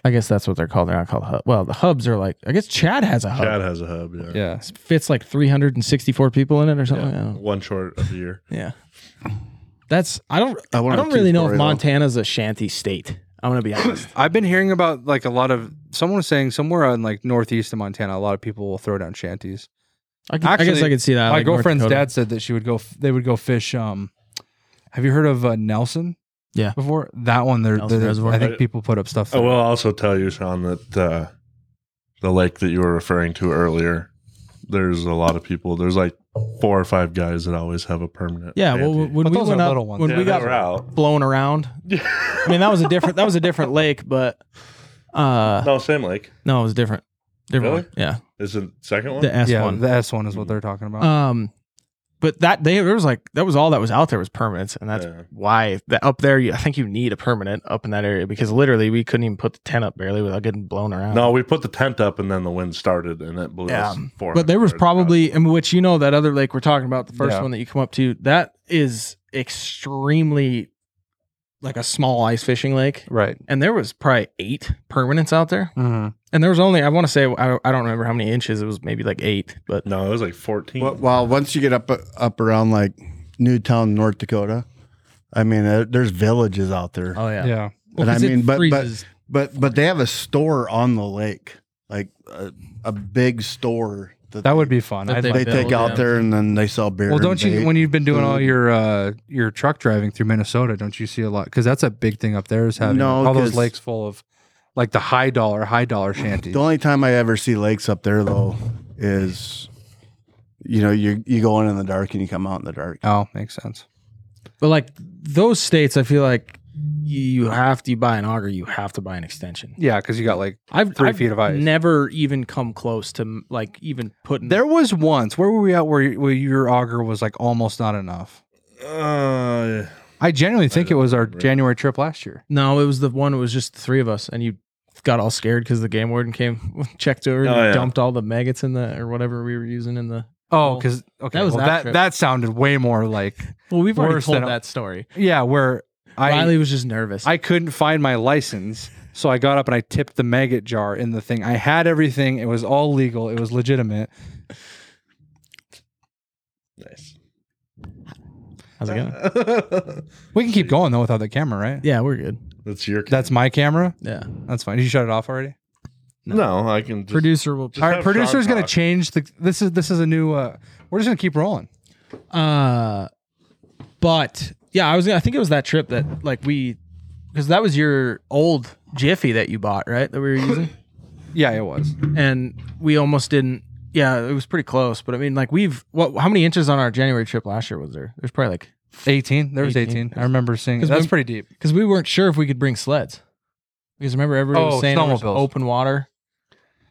Speaker 2: I guess that's what they're called. They're not called hub. Well, the hubs are like I guess Chad has a hub.
Speaker 4: Chad has a hub. Yeah.
Speaker 6: Yeah.
Speaker 2: It fits like 364 people in it or something.
Speaker 4: Yeah.
Speaker 2: I don't know.
Speaker 4: One short of the year.
Speaker 2: Yeah. That's I don't
Speaker 3: I,
Speaker 2: I
Speaker 3: want
Speaker 2: don't
Speaker 3: a
Speaker 2: really know
Speaker 3: two-story,
Speaker 2: if
Speaker 3: though.
Speaker 2: Montana's a shanty state. I'm gonna be honest.
Speaker 6: I've been hearing about like a lot of someone was saying somewhere in like northeast of Montana, a lot of people will throw down shanties.
Speaker 2: I, could, I guess
Speaker 6: Actually,
Speaker 2: I could see that.
Speaker 6: My
Speaker 2: like North
Speaker 6: girlfriend's
Speaker 2: Dakota.
Speaker 6: dad said that she would go. They would go fish. Um, have you heard of uh, Nelson?
Speaker 2: Yeah.
Speaker 6: Before that one, there,
Speaker 2: Nelson
Speaker 6: there-
Speaker 2: Reservoir.
Speaker 6: I think people put up stuff.
Speaker 4: I
Speaker 6: There.
Speaker 4: will also tell you, Sean, that uh, the lake that you were referring to earlier, there's a lot of people. There's like four or five guys that always have a permanent.
Speaker 2: Yeah, well,
Speaker 4: ante.
Speaker 2: when when
Speaker 6: But
Speaker 2: we
Speaker 6: those
Speaker 2: went
Speaker 6: are
Speaker 2: up,
Speaker 6: little ones.
Speaker 2: when
Speaker 4: Yeah,
Speaker 2: we
Speaker 4: they
Speaker 2: got
Speaker 4: were out.
Speaker 2: blown around, I mean that was a different that was a different lake, but uh,
Speaker 4: no, same lake.
Speaker 2: no, it was different, different.
Speaker 4: Really?
Speaker 2: one. Yeah,
Speaker 4: Is it second one?
Speaker 2: the uh, S
Speaker 6: yeah,
Speaker 2: one.
Speaker 6: the S one Uh, is what they're talking about.
Speaker 2: um, but that they there was like that was all that was out there was permanents, and that's
Speaker 4: Yeah.
Speaker 2: why that up there. You, I think you need a permanent up in that area because literally we couldn't even put the tent up barely without getting blown around.
Speaker 4: No, we put the tent up and then the wind started and it blew
Speaker 2: Yeah.
Speaker 4: us four.
Speaker 2: But there was
Speaker 4: yards
Speaker 2: probably, in which you know that other lake we're talking about, the first
Speaker 6: Yeah.
Speaker 2: one that you come up to, that is extremely like a small ice fishing lake.
Speaker 6: right.
Speaker 2: And there was probably eight permanents out there.
Speaker 6: Mhm.
Speaker 2: And there was only, I want to say, I, I don't remember how many inches. It was maybe like eight, but
Speaker 4: out. No, it was like 14.
Speaker 3: Well, well, once you get up up around like Newtown, North Dakota, I mean, uh, there's villages out there,
Speaker 2: oh, yeah.
Speaker 6: Yeah.
Speaker 2: Well,
Speaker 3: And I
Speaker 2: 'cause it
Speaker 3: mean, but- but-
Speaker 2: freezes.
Speaker 3: but but they have a store on the lake, like a, a big store that,
Speaker 6: That would be fun.
Speaker 2: That
Speaker 6: I'd
Speaker 2: they-
Speaker 6: like
Speaker 3: they
Speaker 2: be
Speaker 3: take
Speaker 2: built,
Speaker 3: out
Speaker 2: yeah.
Speaker 3: there and then they sell beer.
Speaker 6: Well,
Speaker 3: and
Speaker 6: don't you
Speaker 3: bait.
Speaker 6: when you've been doing all
Speaker 3: food.
Speaker 6: your uh, your truck driving through Minnesota? Don't you see a lot? Because that's a big thing up there is having
Speaker 3: No,
Speaker 6: all those
Speaker 3: 'cause-
Speaker 6: lakes full of like the high dollar, high dollar shanties.
Speaker 3: The only time I ever see lakes up there though is, you know, you you go in in the dark and you come out in the dark.
Speaker 6: Oh, makes sense.
Speaker 2: But like those states, I feel like you, you have to you buy an auger, you have to buy an extension.
Speaker 6: Yeah, because you got like
Speaker 2: I've,
Speaker 6: Three
Speaker 2: I've
Speaker 6: feet of ice.
Speaker 2: never even come close to like even putting
Speaker 6: There was once where were we at where, you- where your auger was like almost not enough.
Speaker 4: Uh,
Speaker 6: I genuinely think it
Speaker 4: don't
Speaker 6: was our
Speaker 4: remember.
Speaker 6: January trip last year.
Speaker 2: No, it was the one. It was just the three of us, and you got all scared because the game warden came, checked over, and
Speaker 4: Oh, yeah.
Speaker 2: dumped all the maggots in the or whatever we were using in the.
Speaker 6: Oh,
Speaker 2: Well,
Speaker 6: because okay,
Speaker 2: that
Speaker 6: that,
Speaker 2: was that
Speaker 6: that,
Speaker 2: trip.
Speaker 6: that sounded way more like
Speaker 2: Well, we've
Speaker 6: already
Speaker 2: already
Speaker 6: told
Speaker 2: told that story.
Speaker 6: yeah, where I
Speaker 2: Riley was just nervous.
Speaker 6: I couldn't find my license, so I got up and I tipped the maggot jar in the thing. I had everything; it was all legal, it was legitimate.
Speaker 4: nice.
Speaker 2: How's
Speaker 6: uh,
Speaker 2: it going?
Speaker 6: We can keep going though without the camera, right?
Speaker 2: Yeah, we're good.
Speaker 4: That's your.
Speaker 6: That's my camera.
Speaker 2: Yeah,
Speaker 6: That's fine. Did you shut it off already?
Speaker 4: no, I can. Just,
Speaker 2: producer will.
Speaker 4: Just
Speaker 6: All right,
Speaker 4: have Sean
Speaker 6: producer's gonna
Speaker 4: talk.
Speaker 6: change the. This is this is a new. uh We're just gonna keep rolling.
Speaker 2: Uh, but yeah, I was. I think it was that trip that like we, because that was your old Jiffy that you bought, right? That we were using,
Speaker 6: Yeah, it was.
Speaker 2: and we almost didn't. Yeah, it was pretty close, but I mean, like we've what? How many inches on our January trip last year was there? There's probably like
Speaker 6: 18. There was
Speaker 2: 18.
Speaker 6: 18. I remember seeing.
Speaker 2: 'Cause
Speaker 6: That's
Speaker 2: when-
Speaker 6: pretty deep.
Speaker 2: because we weren't sure if we could bring sleds. Because remember, everybody was
Speaker 6: Oh,
Speaker 2: saying there was
Speaker 6: snowmobiles.
Speaker 2: open water,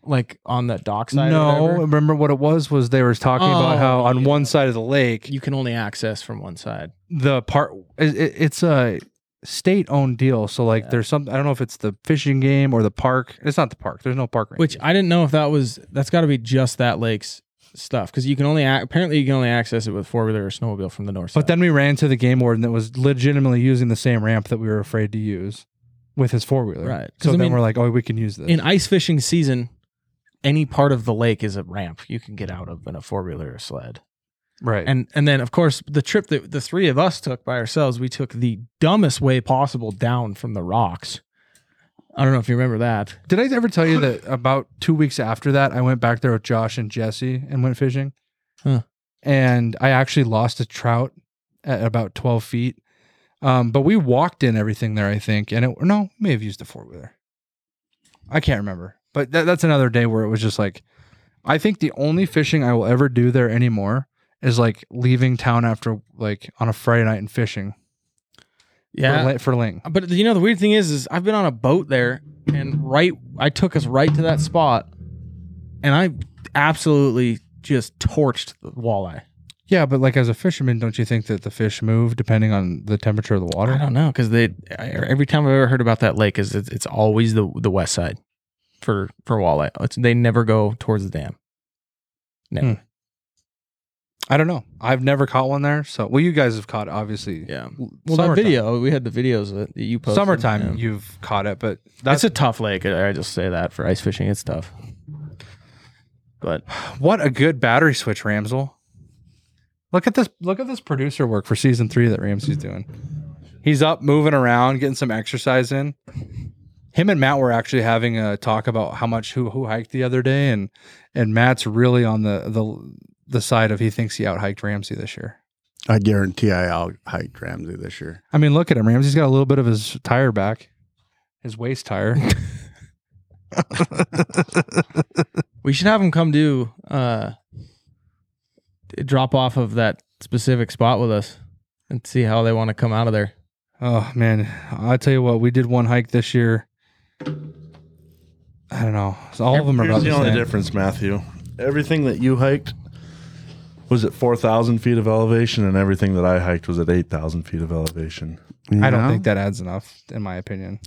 Speaker 2: like on that dock side. or
Speaker 6: No,
Speaker 2: whatever.
Speaker 6: remember what it was was they were talking
Speaker 2: Oh,
Speaker 6: about how on
Speaker 2: yeah.
Speaker 6: one side of the lake
Speaker 2: you can only access from one side.
Speaker 6: the part it, it- it's a state owned deal. So like
Speaker 2: Yeah.
Speaker 6: there's some I don't know if it's the fishing game or the park. It's not the park. There's no park.
Speaker 2: Which
Speaker 6: rangers.
Speaker 2: I didn't know if that was that's got to be just that lake's stuff because you can only ac- apparently you can only access it with four wheeler or snowmobile from the north side.
Speaker 6: But then we ran to the game warden that was legitimately using the same ramp that we were afraid to use with his four wheeler.
Speaker 2: Right. 'Cause
Speaker 6: So
Speaker 2: I
Speaker 6: then
Speaker 2: mean-
Speaker 6: we're like, oh, we can use this.
Speaker 2: in ice fishing season, any part of the lake is a ramp you can get out of in a four wheeler or sled.
Speaker 6: right.
Speaker 2: And and then of course the trip that the three of us took by ourselves, we took the dumbest way possible down from the rocks. I don't know if you remember that.
Speaker 6: Did I ever tell you that about two weeks after that, I went back there with Josh and Jesse and went fishing?
Speaker 2: Huh.
Speaker 6: And I actually lost a trout at about 12 feet. Um, but we walked in everything there, I think. And it, no, we may have used a four wheeler. I can't remember. But that, that's another day where it was just like, I think the only fishing I will ever do there anymore is like leaving town after like on a Friday night and fishing for, li- for ling.
Speaker 2: But you know the weird thing is, is I've been on a boat there, and right, I took us right to that spot, and I absolutely just torched the walleye.
Speaker 6: Yeah, but like as a fisherman, don't you think that the fish move depending on the temperature of the water?
Speaker 2: I don't know because they I- every time I've ever heard about that lake is it's, it's always the the west side for for walleye. It's, they never go towards the dam. Never.
Speaker 6: I don't know. I've never caught one there. So, well, you guys have caught obviously.
Speaker 2: Yeah. Well, that
Speaker 6: Summertime.
Speaker 2: video we had the videos that you posted.
Speaker 6: Summertime,
Speaker 2: Yeah.
Speaker 6: you've caught it, but
Speaker 2: That's
Speaker 6: that's
Speaker 2: a tough lake. I I just say that for ice fishing, it's tough. But
Speaker 6: what a good battery switch, Ramsel. Look at this! Look at this producer work for season three that Ramsey's doing. He's up, moving around, getting some exercise in. Him and Matt were actually having a talk about how much who who hiked the other day, and and Matt's really on the the the side of he thinks he out hiked Ramsey this year.
Speaker 3: I guarantee I out hiked Ramsey this year.
Speaker 6: I mean, look at him. Ramsey's got a little bit of his tire back, his waist tire.
Speaker 2: We should have him come do uh drop off of that specific spot with us and see how they want to come out of there.
Speaker 6: oh man, I tell you what, we did one hike this year. I don't know. So all of them are
Speaker 4: Here's
Speaker 6: about
Speaker 4: the,
Speaker 6: the,
Speaker 4: only
Speaker 6: same.
Speaker 4: difference, Matthew. Everything that you hiked was at four thousand feet of elevation, and everything that I hiked was at eight thousand feet of elevation.
Speaker 6: I don't think that adds enough, in my opinion.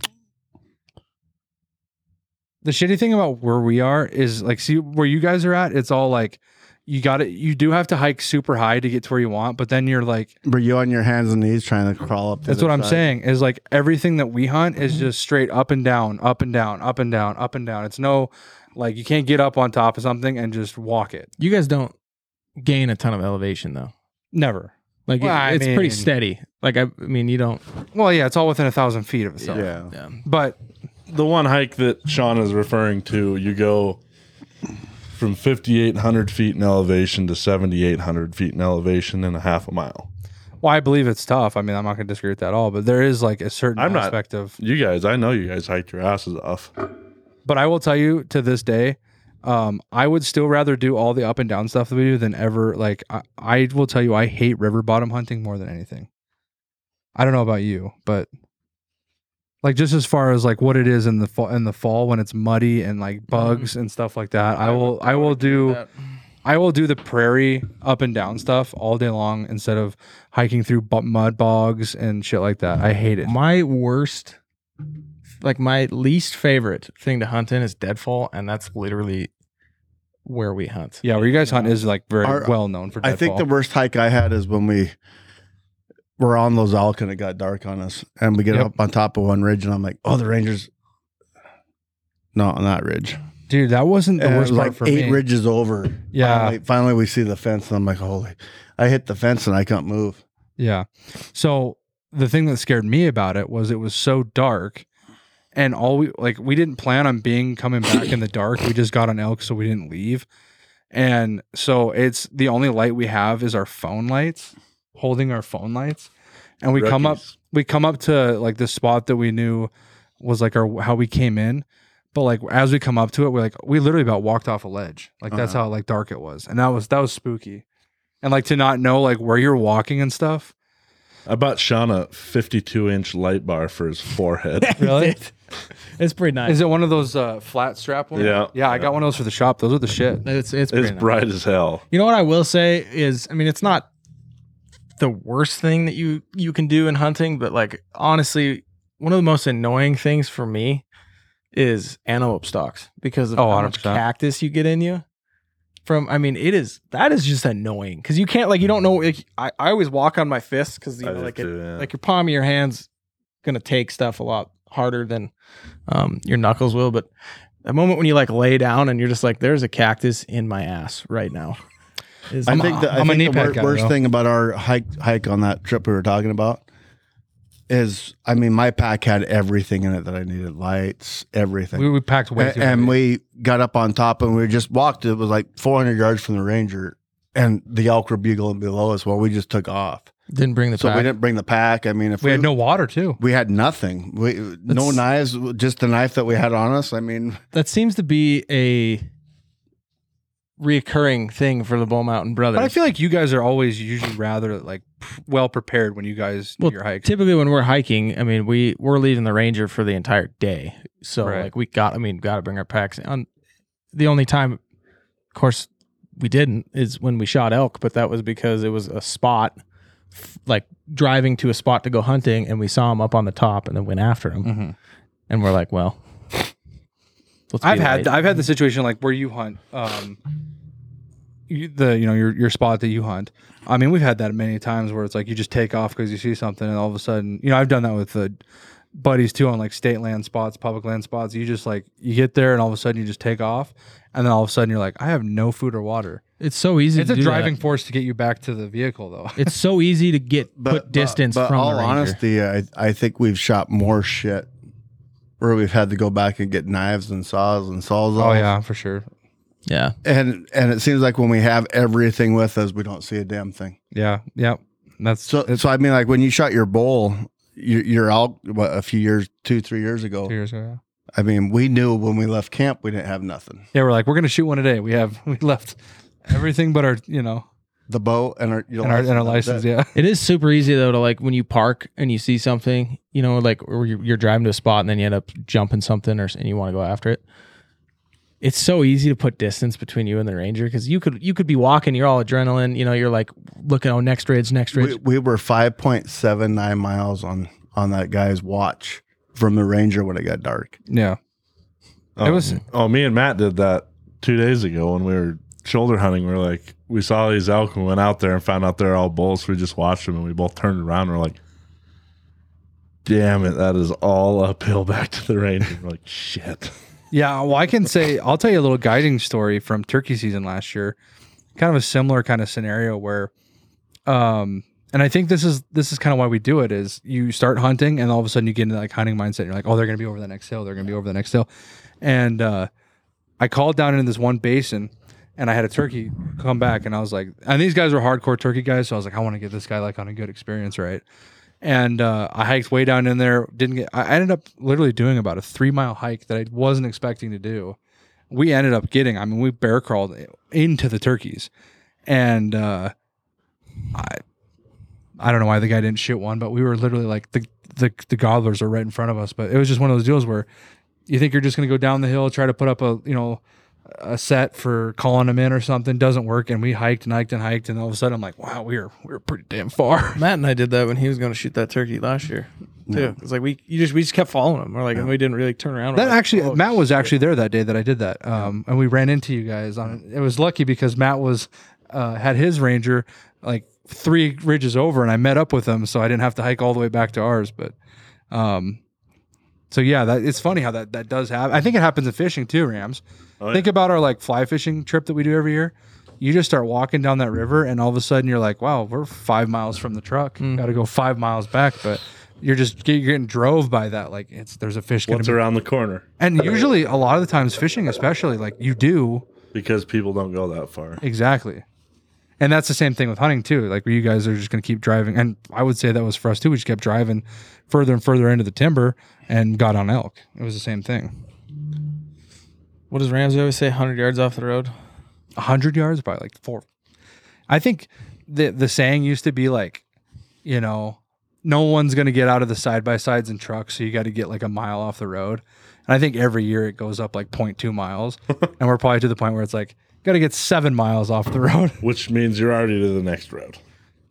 Speaker 6: The shitty thing about where we are is like, see where you guys are at. It's all like, you got to You do have to hike super high to get to where you want, but then you're like,
Speaker 3: Were you on your hands and knees trying to crawl up? the
Speaker 6: That's
Speaker 3: other
Speaker 6: what I'm
Speaker 3: side? Mm-hmm.
Speaker 6: saying. Is like everything that we hunt is just straight up and down, up and down, up and down, up and down. It's no like you can't get up on top of something and just walk it.
Speaker 2: You guys don't gain a ton of elevation though.
Speaker 6: Never.
Speaker 2: Like it-
Speaker 6: Well, I
Speaker 2: it's pretty
Speaker 6: mean-
Speaker 2: steady. Like I, I mean, you don't.
Speaker 6: Well, yeah, it's all within a thousand feet of itself.
Speaker 3: Yeah.
Speaker 2: Yeah.
Speaker 6: But
Speaker 4: The one hike that Sean is referring to, you go from fifty eight hundred feet in elevation to seventy eight hundred feet in elevation in a half a mile.
Speaker 6: well, I believe it's tough. I mean, I'm not going to disagree with that at all. But there is like a certain
Speaker 4: I'm not-
Speaker 6: aspect of.
Speaker 4: You guys, I know you guys hiked your asses off.
Speaker 6: But I will tell you to this day, um, I would still rather do all the up and down stuff that we do than ever. Like I, I will tell you, I hate river bottom hunting more than anything. I don't know about you, but like just as far as like what it is in the fall in the fall when it's muddy and like bugs and stuff like that, I will I will do I will do the prairie up and down stuff all day long instead of hiking through bu- mud bogs and shit like that. I hate it.
Speaker 2: My worst, like my least favorite thing to hunt in is deadfall, and that's literally where we hunt.
Speaker 6: Yeah, where you guys hunt is like very
Speaker 3: Our-
Speaker 6: well known for.
Speaker 3: I think
Speaker 6: deadfall.
Speaker 3: the worst hike I had is when we were on those elk and it got dark on us, and we get
Speaker 6: Yep.
Speaker 3: up on top of one ridge, and I'm like, "Oh, the rangers." No, on that ridge.
Speaker 6: Dude, that wasn't the
Speaker 3: And it
Speaker 6: worst
Speaker 3: was
Speaker 6: part
Speaker 3: uh, like
Speaker 6: for
Speaker 3: eight
Speaker 6: me.
Speaker 3: ridges over.
Speaker 6: Yeah.
Speaker 3: Finally, finally, we see the fence, and I'm like, "Holy!" I hit the fence, and I can't move.
Speaker 6: yeah. So the thing that scared me about it was it was so dark, and all we like we didn't plan on being coming back in the dark. We just got on elk, so we didn't leave, And so it's the only light we have is our phone lights, holding our phone lights. And we come up
Speaker 4: Rookies.
Speaker 6: we come up to like this spot that we knew was like our how we came in. But like as we come up to it, we're like we literally about walked off a ledge. Like that's
Speaker 3: Uh-huh.
Speaker 6: how like dark it was. And that was that was spooky. And like to not know like where you're walking and stuff.
Speaker 4: I bought Sean a 52 inch light bar for his forehead.
Speaker 6: Really?
Speaker 2: it's pretty nice.
Speaker 6: Is it one of those uh, flat strap ones?
Speaker 4: Yeah.
Speaker 6: Yeah, I got one of those for the shop. Those are the shit.
Speaker 2: It's it's pretty
Speaker 4: it's
Speaker 2: nice.
Speaker 4: bright as hell.
Speaker 2: You know what I will say is, I mean, it's not the worst thing that you you can do in hunting, but like honestly, one of the most annoying things for me is antelope stalks because of
Speaker 6: Oh,
Speaker 2: how much
Speaker 6: 100%.
Speaker 2: cactus you get in you. From I mean, it is that is just annoying because you can't like you don't know. Like, I I always walk on my fists because you
Speaker 4: I
Speaker 2: know,
Speaker 4: do
Speaker 2: like it,
Speaker 4: too, yeah.
Speaker 2: like your palm of your hands gonna take stuff a lot harder than um, your knuckles will. But the moment when you like lay down and you're just like, there's a cactus in my ass right now. Is-
Speaker 3: I think the, I
Speaker 6: I'm a knee
Speaker 3: think the
Speaker 6: pad
Speaker 3: wor-
Speaker 6: guy,
Speaker 3: worst
Speaker 6: though.
Speaker 3: thing about our hike hike on that trip we were talking about is, I mean, my pack had everything in it that I needed, lights, everything.
Speaker 6: We, we packed way
Speaker 3: A-
Speaker 6: too
Speaker 3: and
Speaker 6: heavy.
Speaker 3: we got up on top and we just walked. It was like 400 yards from the ranger, and the elk were bugling below us. Well, we just took off,
Speaker 2: didn't bring the
Speaker 3: so we
Speaker 2: pack.
Speaker 3: didn't bring the pack. I mean, if
Speaker 6: we had no water too.
Speaker 3: we had nothing. We no
Speaker 2: That's-
Speaker 3: knives, just the knife that we had on us. I mean,
Speaker 2: That seems to be a reoccurring thing for the Bull Mountain Brothers.
Speaker 6: But I feel like you guys are always usually rather like p- well prepared when you guys do
Speaker 2: Well,
Speaker 6: your hike.
Speaker 2: typically when we're hiking, I mean, we we're leaving the ranger for the entire day, so
Speaker 6: Right.
Speaker 2: like we got, I mean, got to bring our packs. On the only time, of course, we didn't is when we shot elk, but that was because it was a spot, f- like driving to a spot to go hunting, and we saw him up on the top, and then went after him,
Speaker 6: Mhm.
Speaker 2: and we're like, well, let's be
Speaker 6: I've had
Speaker 2: late.
Speaker 6: I've had the situation like where you hunt, um, you, the you know your your spot that you hunt. I mean, we've had that many times where it's like you just take off because you see something, and all of a sudden, you know, I've done that with the buddies too on like state land spots, public land spots. You just like you get there, and all of a sudden you just take off, and then all of a sudden you're like, I have no food or water.
Speaker 2: It's so easy.
Speaker 6: It's
Speaker 2: to
Speaker 6: a
Speaker 2: do that.
Speaker 6: driving force to get you back to the vehicle though.
Speaker 2: It's so easy to get
Speaker 3: but
Speaker 2: put distance
Speaker 3: But, but
Speaker 2: from
Speaker 3: all
Speaker 2: the ranger.
Speaker 3: honesty, I I think we've shot more shit where we've had to go back and get knives and saws and saws.
Speaker 6: Oh yeah, for sure.
Speaker 2: Yeah,
Speaker 3: and and it seems like when we have everything with us, we don't see a damn thing.
Speaker 6: Yeah, yeah. That's
Speaker 3: So
Speaker 6: it's
Speaker 3: so I mean, like when you shot your bull, you, you're out what, a few years, two three years ago.
Speaker 6: two years ago. Yeah.
Speaker 3: I mean, we knew when we left camp we didn't have nothing.
Speaker 6: yeah, we're like we're gonna shoot one today. We have we left everything but our you know
Speaker 3: The bow and our your
Speaker 6: and our, and our license.
Speaker 3: license,
Speaker 6: Yeah,
Speaker 2: It is super easy though to like when you park and you see something, you know, like or you're, you're driving to a spot and then you end up jumping something or s- and you want to go after it. It's so easy to put distance between you and the ranger because you could you could be walking, you're all adrenaline, you know, you're like looking, oh next ridge, next ridge.
Speaker 3: We, we were five point seven nine miles on on that guy's watch from the ranger when it got dark.
Speaker 6: yeah.
Speaker 4: Oh,
Speaker 6: It was-
Speaker 4: oh, me and Matt did that two days ago when we were shoulder hunting. We are like, we saw these elk and we went out there and found out they're all bulls. we just watched them and we both turned around and we're like, damn it, that is all uphill back to the range. And we're like, shit.
Speaker 6: Yeah, well, I can say I'll tell you a little guiding story from turkey season last year. Kind of a similar kind of scenario where, um, and I think this is this is kind of why we do it is you start hunting and all of a sudden you get into like hunting mindset. And you're like, oh, they're gonna be over the next hill. They're gonna be over the next hill, and uh, I called down into this one basin. And I had a turkey come back, and I was like, and these guys were hardcore turkey guys, so I was like, I want to get this guy like on a good experience, right? and uh, I hiked way down in there. Didn't get. I ended up literally doing about a three mile hike that I wasn't expecting to do. We ended up getting. I mean, we bear crawled into the turkeys, and uh, I, I don't know why the guy didn't shoot one, but we were literally like the the the gobblers are right in front of us. But it was just one of those deals where you think you're just going to go down the hill, try to put up a you know a set for calling them in or something doesn't work and we hiked and hiked and hiked and all of a sudden I'm like wow we were we were pretty damn far
Speaker 2: Matt and I did that when he was going to shoot that turkey last year. Yeah, it's like we you just we just kept following him. We're like and we didn't really turn around. We're
Speaker 6: That
Speaker 2: like,
Speaker 6: actually,
Speaker 2: oh,
Speaker 6: Matt was actually there that day that I did that, um, and we ran into you guys on it. It was lucky because Matt was uh, had his ranger like three ridges over, and I met up with him, so I didn't have to hike all the way back to ours. But, um, so yeah, that it's funny how that that does happen. I think it happens in fishing too, Rams. Think about our like fly fishing trip that we do every year. You just start walking down that river, and all of a sudden you're like, "Wow, we're five miles from the truck.
Speaker 2: Mm-hmm.
Speaker 6: Got to go five miles back." But you're just get- you're getting drove by that. Like it's there's a fish. gonna
Speaker 4: What's
Speaker 6: be
Speaker 4: around the corner?
Speaker 6: and usually, a lot of the times, fishing, especially, like you do
Speaker 4: because people don't go that far.
Speaker 6: Exactly. And that's the same thing with hunting too. Like where you guys are just going to keep driving, and I would say that was for us too. We just kept driving further and further into the timber and got on elk. It was the same thing.
Speaker 2: What does Ramsey always say? 100 yards off the road?
Speaker 6: A hundred yards, probably like four. I think the the saying used to be like, you know, no one's going to get out of the side by sides and trucks, so you got to get like a mile off the road. And I think every year it goes up like 0.2 miles, and we're probably to the point where it's like got to get seven miles off the road.
Speaker 4: Which means you're already to the next road.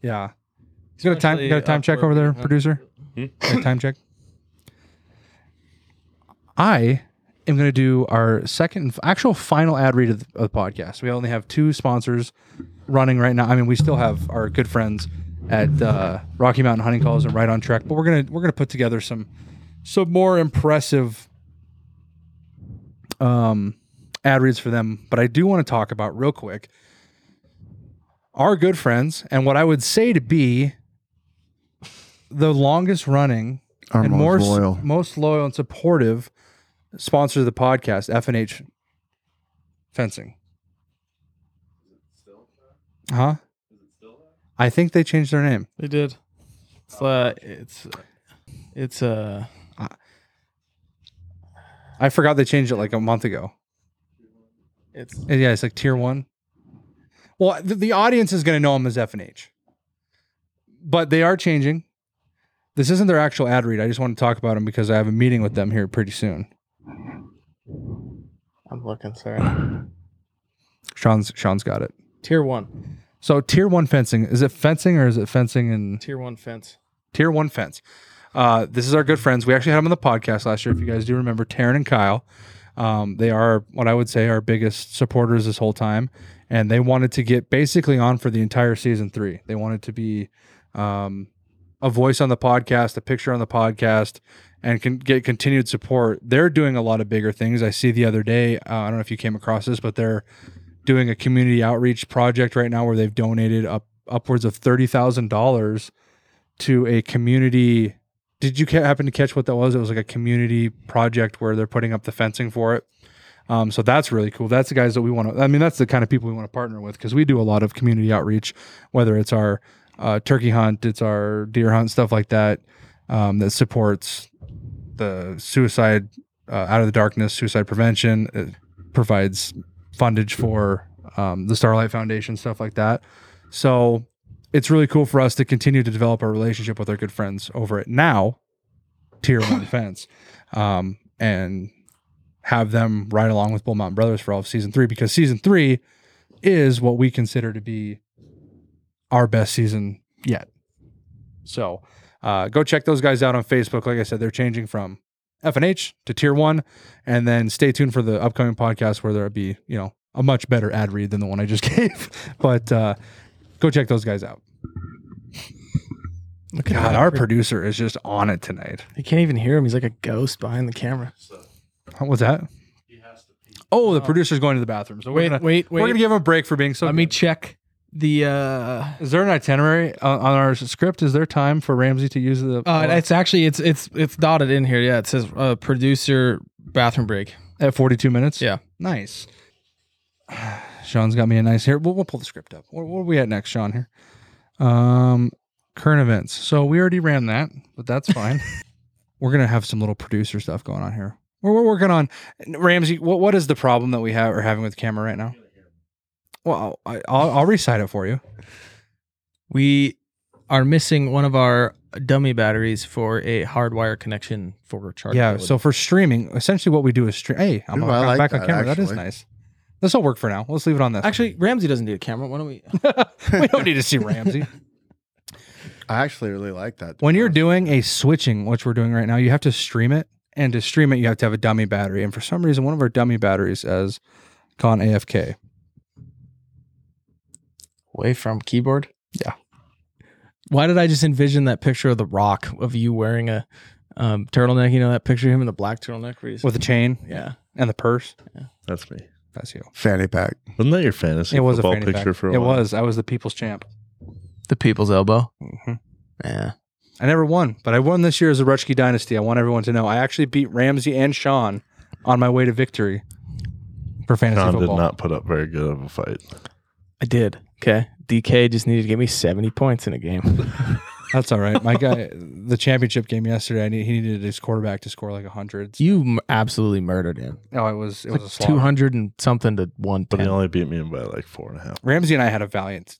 Speaker 6: Yeah. You got a time,
Speaker 2: Especially
Speaker 6: you got a time
Speaker 2: up
Speaker 6: check
Speaker 2: where
Speaker 6: over
Speaker 2: we
Speaker 6: there,
Speaker 2: hunt.
Speaker 6: producer?
Speaker 4: Hmm?
Speaker 6: Got a time check. I am going to do our second, and f- actual final ad read of the, of the podcast. We only have two sponsors running right now. I mean, we still have our good friends at uh, Rocky Mountain Hunting Calls and Right on Trek, but we're gonna we're gonna put together some some more impressive um, ad reads for them. But I do want to talk about real quick our good friends and what I would say to be the longest running
Speaker 3: Our
Speaker 6: and
Speaker 3: most
Speaker 6: more s-
Speaker 3: loyal.
Speaker 6: most loyal and supportive sponsor of the podcast, FNH Fencing. Huh? I think they changed their name.
Speaker 2: They did. It's, uh, it's, it's, uh,
Speaker 6: I forgot they changed it like a month ago.
Speaker 2: it's,
Speaker 6: And yeah, it's like tier one. Well, the, the audience is going to know them as F and H, but they are changing. This isn't their actual ad read. I just want to talk about them because I have a meeting with them here pretty soon.
Speaker 2: I'm looking, sorry.
Speaker 6: Sean's Sean's got it.
Speaker 2: Tier one,
Speaker 6: So tier one fencing is it fencing or is it fencing and
Speaker 2: tier one fence.
Speaker 6: tier one fence. Uh, this is our good friends. We actually had them on the podcast last year. If you guys do remember, Taryn and Kyle, um, they are what I would say our biggest supporters this whole time, and they wanted to get basically on for the entire season three. They wanted to be um, a voice on the podcast, a picture on the podcast, and can get continued support. They're doing a lot of bigger things. I see the other day. Uh, I don't know if you came across this, but they're doing a community outreach project right now where they've donated up upwards of thirty thousand dollars to a community. Did you ca- happen to catch what that was? It was like a community project where they're putting up the fencing for it. Um, so that's really cool. That's the guys that we want to. I mean, that's the kind of people we want to partner with because we do a lot of community outreach, whether it's our uh, turkey hunt, it's our deer hunt, stuff like that, um, that supports the suicide uh, out of the darkness, suicide prevention. It provides fundage for um, the Starlight Foundation, stuff like that. So it's really cool for us to continue to develop our relationship with our good friends over at now tier one fence um, and have them ride along with bull mountain brothers for all of season three because season three is what we consider to be our best season yet so uh, go check those guys out on facebook like i said they're changing from fnh to tier one and then stay tuned for the upcoming podcast where there'll be you know a much better ad read than the one i just gave but uh, go check those guys out.
Speaker 2: Look at
Speaker 6: God,
Speaker 2: that.
Speaker 6: our producer is just on it tonight.
Speaker 2: You can't even hear him. He's like a ghost behind the camera.
Speaker 6: What was that? Oh, the producer's going to the bathroom. So
Speaker 2: Uh,
Speaker 6: we're
Speaker 2: Wait,
Speaker 6: gonna,
Speaker 2: wait,
Speaker 6: we're
Speaker 2: wait.
Speaker 6: gonna give him a break for being so.
Speaker 2: Let me
Speaker 6: good.
Speaker 2: check the, uh,
Speaker 6: Is there an itinerary on, on our script? Is there time for Ramsey to use the
Speaker 2: Uh, it's actually it's it's it's dotted in here. Yeah, it says uh, producer bathroom break.
Speaker 6: at forty-two minutes?
Speaker 2: Yeah.
Speaker 6: nice. Sean's got me a nice here. We'll, we'll pull the script up. What, what are we at next, Sean? Here, um, current events. So we already ran that, but that's fine. we're gonna have some little producer stuff going on here. We're, we're working on Ramsey. What what is the problem that we have are having with camera right now? Well, I, I'll I'll recite it for you.
Speaker 2: We are missing one of our dummy batteries for a hardwire connection for charging.
Speaker 6: yeah. So for streaming, essentially what we do is stream. Hey, I'm
Speaker 3: Ooh,
Speaker 6: on-
Speaker 3: I like
Speaker 6: back on
Speaker 3: that,
Speaker 6: camera. That is
Speaker 3: actually.
Speaker 6: nice. This will work for now. Let's leave it on this.
Speaker 2: actually, Ramsey doesn't need a camera. Why don't we?
Speaker 6: we don't need to see Ramsey.
Speaker 3: I actually really like that.
Speaker 6: When you're doing a switching, which we're doing right now, you have to stream it. And to stream it, you have to have a dummy battery. And for some reason, one of our dummy batteries has gone AFK.
Speaker 2: Away from keyboard.
Speaker 6: Yeah.
Speaker 2: Why did I just envision that picture of the Rock of you wearing a um, turtleneck? You know that picture of him in the black turtleneck. Where he's,
Speaker 6: With a chain
Speaker 2: yeah.
Speaker 6: and the purse.
Speaker 4: That's me.
Speaker 6: That's you.
Speaker 3: fanny pack.
Speaker 4: Wasn't that your fantasy
Speaker 6: It was a
Speaker 4: football
Speaker 6: fanny
Speaker 4: picture
Speaker 6: pack.
Speaker 4: for a
Speaker 6: It
Speaker 4: while?
Speaker 6: was. I was the people's champ.
Speaker 2: The people's elbow.
Speaker 6: Mm-hmm.
Speaker 2: Yeah.
Speaker 6: I never won, but I won this year as a Rutschke Dynasty. I want everyone to know. I actually beat Ramsey and Sean on my way to victory.
Speaker 2: for fantasy
Speaker 4: Sean did
Speaker 2: football.
Speaker 4: not put up very good of a fight.
Speaker 2: I did. Okay. DK just needed to give me 70 points in a game.
Speaker 6: That's all right. My guy, the championship game yesterday, I need, he needed his quarterback to score like hundred.
Speaker 2: you m- absolutely murdered him.
Speaker 6: No, it was it was a
Speaker 2: It's like
Speaker 6: slaughter.
Speaker 2: 200 and something to
Speaker 4: But he
Speaker 2: 110.
Speaker 4: only beat me by like four and a half.
Speaker 6: Ramsey and I had a valiant.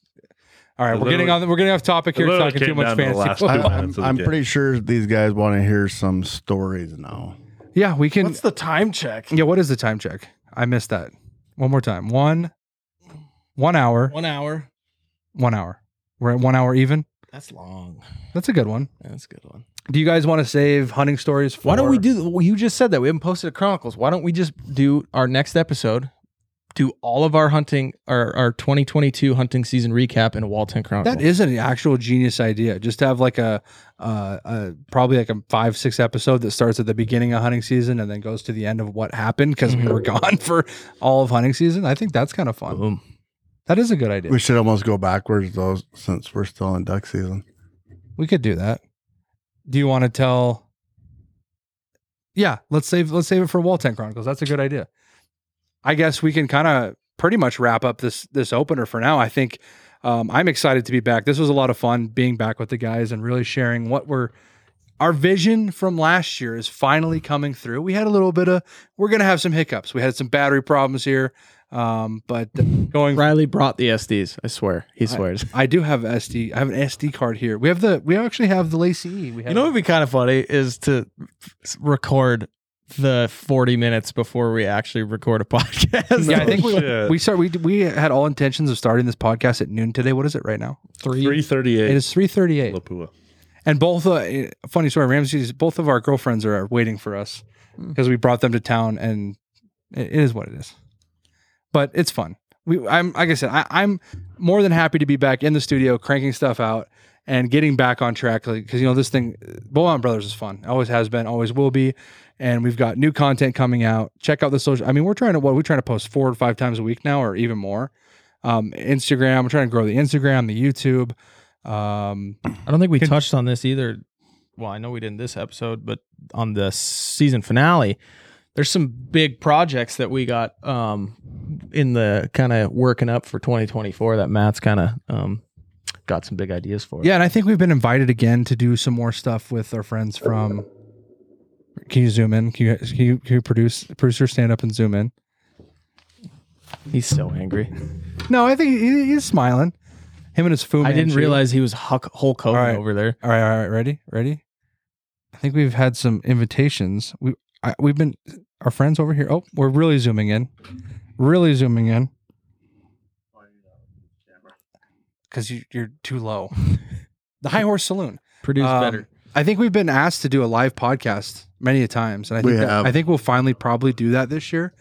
Speaker 6: All right,
Speaker 4: It
Speaker 6: we're getting
Speaker 4: literally-
Speaker 6: on. We're getting off topic
Speaker 4: it
Speaker 6: here.
Speaker 4: literally
Speaker 6: Talking too
Speaker 4: came down
Speaker 6: much
Speaker 4: to the
Speaker 6: fantasy.
Speaker 4: last
Speaker 6: football.
Speaker 3: I,
Speaker 4: Two
Speaker 3: I'm,
Speaker 4: minutes of the
Speaker 3: I'm
Speaker 4: game.
Speaker 3: pretty sure these guys want to hear some stories now.
Speaker 6: Yeah, we can.
Speaker 2: the time check?
Speaker 6: yeah, what is the time check? I missed that. One more time. One, one hour.
Speaker 2: One hour.
Speaker 6: One hour. We're at one hour even.
Speaker 2: That's long.
Speaker 6: That's a good one.
Speaker 2: That's a good one.
Speaker 6: Do you guys want to save hunting stories? For,
Speaker 2: Why don't we do? Well, you just said that we haven't posted a chronicles. Why don't we just do our next episode? Do all of our hunting, our our 2022 hunting season recap in a Walton chronicle.
Speaker 6: That is an actual genius idea. Just to have like a, uh, a probably like a five six episode that starts at the beginning of hunting season and then goes to the end of what happened because we were gone for all of hunting season. I think that's kind of fun.
Speaker 2: Boom.
Speaker 6: That is a good idea.
Speaker 3: We should almost go backwards though, since we're still in duck season.
Speaker 6: We could do that. Do you want to tell? Yeah, let's save let's save it for Wall Tent Chronicles. That's a good idea. I guess we can kind of pretty much wrap up this this opener for now. I think um, I'm excited to be back. This was a lot of fun being back with the guys and really sharing what we're our vision from last year is finally coming through. We had a little bit of we're gonna have some hiccups. We had some battery problems here, um, but going
Speaker 2: Riley brought the SDs. I swear, he swears.
Speaker 6: I do have SD. I have an SD card here. We have the. We actually have the Lacey. E. We have
Speaker 2: You know what would be kind of funny is to record the 40 minutes before we actually record a podcast.
Speaker 6: Yeah, I think we
Speaker 4: Shit.
Speaker 6: we start. We we had all intentions of starting this podcast at noon today. What is it right now?
Speaker 4: three thirty
Speaker 6: It
Speaker 4: eight.
Speaker 6: is three thirty-eight.
Speaker 4: Lapua.
Speaker 6: And both uh, funny story, Ramsey's. Both of our girlfriends are waiting for us because we brought them to town, and it- it is what it is. But it's fun. We I'm like I said, I, I'm more than happy to be back in the studio, cranking stuff out and getting back on track because you know this thing, Bowen Brothers is fun. Always has been, always will be. And we've got new content coming out. Check out the social. I mean, we're trying to what we're trying to post four or five times a week now, or even more. Um, Instagram. We're trying to grow the Instagram, the YouTube. Um,
Speaker 2: I don't think we
Speaker 6: Could-
Speaker 2: touched on this either. Well, I know we didn't this episode, but on the season finale, there's some big projects that we got um, in the kind of working up for 2024 that Matt's kind of um, got some big ideas for.
Speaker 6: Yeah, and I think we've been invited again to do some more stuff with our friends from. Can you zoom in? Can you can you, can you produce producer stand up and zoom in?
Speaker 2: he's so angry.
Speaker 6: No, I think he, he's smiling. Him and his Fu.
Speaker 2: I didn't
Speaker 6: Manchu.
Speaker 2: realize he was Huck, Hulk Hogan
Speaker 6: All right.
Speaker 2: over there.
Speaker 6: All right, all right, ready, ready. I think we've had some invitations. We I, we've been our friends over here. Oh, we're really zooming in, really zooming in. Because you, you're too low. the High Horse Saloon.
Speaker 2: Produced
Speaker 6: Um,
Speaker 2: better.
Speaker 6: I think we've been asked to do a live podcast many a times, and I
Speaker 3: We
Speaker 6: think that-
Speaker 3: have.
Speaker 6: I think we'll finally probably do that this year,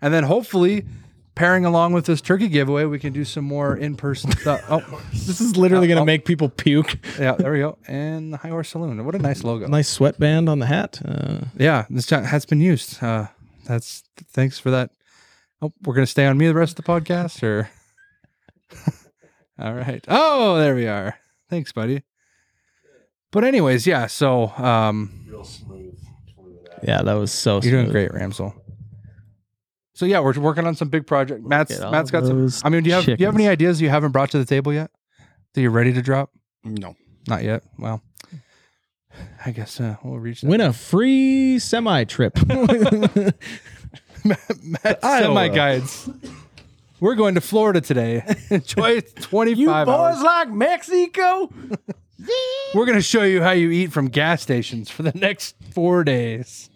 Speaker 6: and then hopefully. Pairing along with this turkey giveaway, we can do some more in person stuff. Oh,
Speaker 2: This is literally
Speaker 6: gonna
Speaker 2: going to make people puke.
Speaker 6: yeah, there we go. And the High Horse Saloon. What a nice logo.
Speaker 2: Nice sweatband on the hat. Uh,
Speaker 6: Yeah, this chat has been used. Uh, that's thanks for that. Oh, we're gonna stay on me the rest of the podcast, or all right. Oh, there we are. Thanks, buddy. But anyways, yeah. So um,
Speaker 2: yeah, that was so.
Speaker 6: you're doing
Speaker 2: smooth.
Speaker 6: great, Ramsel. So yeah, we're working on some big project. Matt's
Speaker 2: Look at
Speaker 6: Matt's
Speaker 2: all
Speaker 6: got some.
Speaker 2: those
Speaker 6: I mean, do you have do you have any
Speaker 2: chickens.
Speaker 6: ideas you haven't brought to the table yet that you're ready to drop?
Speaker 3: No,
Speaker 6: Not yet. Well, I guess uh, we'll reach. that.
Speaker 2: Win a free semi trip.
Speaker 6: Matt semi guides. We're going to Florida today. Enjoy 25 hours.
Speaker 2: like Mexico?
Speaker 6: We're going to show you how you eat from gas stations for the next four days.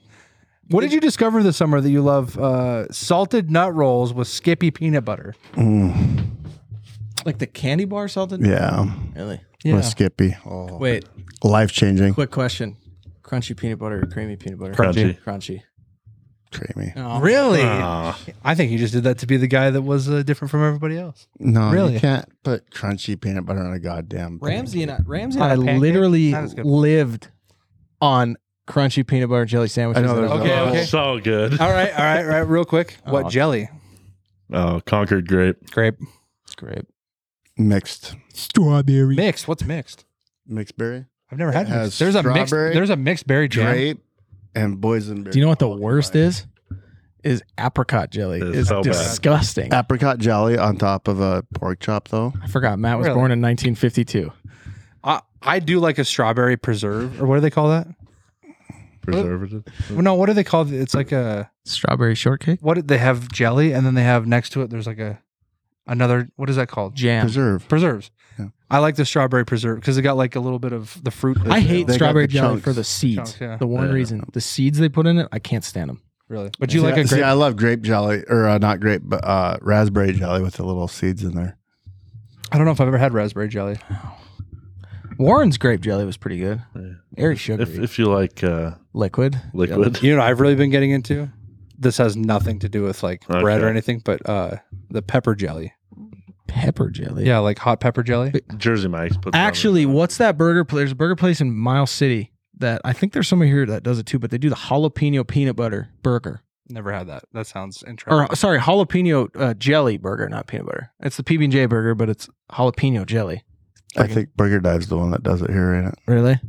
Speaker 6: What did you discover this summer that you love? Uh, salted nut rolls with Skippy peanut butter.
Speaker 2: Like the candy bar salted?
Speaker 3: Mm. yeah,
Speaker 2: Really?
Speaker 6: Yeah.
Speaker 3: with Skippy. Oh,
Speaker 2: Wait,
Speaker 3: life changing.
Speaker 2: quick question. Crunchy peanut butter or creamy peanut butter?
Speaker 4: Crunchy.
Speaker 2: Crunchy.
Speaker 3: Creamy.
Speaker 6: Really?
Speaker 4: Ah,
Speaker 6: I think you just did that to be the guy that was uh, different from everybody else.
Speaker 3: No,
Speaker 6: Really?
Speaker 3: you can't put crunchy peanut butter on a goddamn.
Speaker 2: Ramsey and I, Ramsey and
Speaker 6: On
Speaker 2: I
Speaker 6: a pancake?
Speaker 2: literally
Speaker 6: Not as good.
Speaker 2: lived on crunchy peanut butter and jelly sandwiches.
Speaker 3: I know
Speaker 2: that
Speaker 3: there's
Speaker 2: was-
Speaker 6: Okay,
Speaker 4: oh,
Speaker 6: okay.
Speaker 4: so good.
Speaker 6: All right, all right, all right. Real quick. What
Speaker 3: Uh-huh.
Speaker 2: Oh.
Speaker 6: jelly?
Speaker 4: Oh, Concord grape.
Speaker 6: Grape.
Speaker 2: It's great.
Speaker 3: mixed
Speaker 2: Strawberry.
Speaker 6: Mixed. What's mixed?
Speaker 3: mixed berry,
Speaker 6: I've never had
Speaker 3: It has
Speaker 6: mixed. There's a mixed.
Speaker 3: strawberry,
Speaker 6: There's a mixed berry jam.
Speaker 3: grape, and boysenberry.
Speaker 2: Do you know what the worst is? Oh is apricot jelly.
Speaker 4: It's
Speaker 2: It's
Speaker 4: so bad.
Speaker 2: disgusting.
Speaker 3: Apricot jelly on top of a pork chop, though.
Speaker 2: I forgot Matt was
Speaker 6: Really?
Speaker 2: born in 1952.
Speaker 6: I, I do like a strawberry preserve, or what do they call that?
Speaker 4: Preservative.
Speaker 6: Well, No, what do they call it? It's like a
Speaker 2: Strawberry shortcake?
Speaker 6: what did- they have jelly, and then they have next to it. There's like a another. What is that called?
Speaker 2: Jam.
Speaker 3: Preserve.
Speaker 6: Preserves.
Speaker 3: Yeah.
Speaker 6: I like the strawberry preserve because it got like a little bit of the fruit.
Speaker 2: I hate
Speaker 3: They got
Speaker 2: strawberry
Speaker 3: the
Speaker 2: jelly
Speaker 3: chunks.
Speaker 2: for the seeds.
Speaker 6: Chunks, yeah.
Speaker 2: The one
Speaker 4: Yeah.
Speaker 2: reason the seeds they put in it, I can't stand them.
Speaker 6: really. Would you
Speaker 3: See,
Speaker 6: like
Speaker 3: I-
Speaker 6: a
Speaker 3: see,
Speaker 6: grape?
Speaker 3: I love grape jelly, or uh, not grape, but uh, raspberry jelly with the little seeds in there.
Speaker 6: I don't know if I've ever had raspberry jelly.
Speaker 2: Warren's grape jelly was pretty good.
Speaker 4: Yeah.
Speaker 2: Very sugary.
Speaker 4: If, if you like uh,
Speaker 2: liquid.
Speaker 4: liquid,
Speaker 6: You know, what I've really been getting into. This has nothing to do with like bread
Speaker 4: Okay.
Speaker 6: or anything, but uh the pepper jelly.
Speaker 2: Pepper jelly.
Speaker 6: Yeah, like hot pepper jelly.
Speaker 4: Jersey Mike's. Puts
Speaker 2: Actually, what's that burger place? There's a burger place in Miles City that I think there's somewhere here that does it too, but they do the jalapeno peanut butter burger.
Speaker 6: Never had that. That sounds interesting.
Speaker 2: Or sorry, jalapeno uh, jelly burger, not peanut butter. It's the PB&J burger, but it's jalapeno jelly.
Speaker 3: I think Burger Dive's the one that does it here, ain't it?
Speaker 2: Really?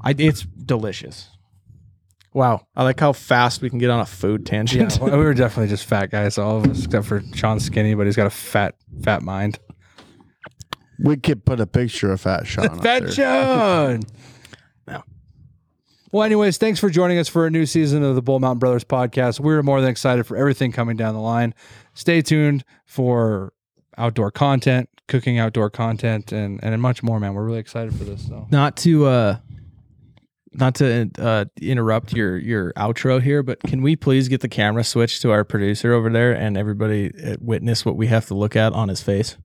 Speaker 2: I, it's delicious. Wow. I like how fast we can get on a food
Speaker 6: Yeah,
Speaker 2: tangent.
Speaker 6: well, we were definitely just fat guys, all of us except for Sean Skinny, but he's got a fat, fat mind.
Speaker 3: We could put a picture of Fat Sean. up there.
Speaker 6: Sean.
Speaker 2: No.
Speaker 6: Well, anyways, thanks for joining us for a new season of the Bull Mountain Brothers podcast. We're more than excited for everything coming down the line. Stay tuned for outdoor content, cooking outdoor content, and and much more, man. We're really excited for this. So
Speaker 2: not to uh not to uh interrupt your your outro here but can we please get the camera switched to our producer over there and everybody uh, witness what we have to look at on his face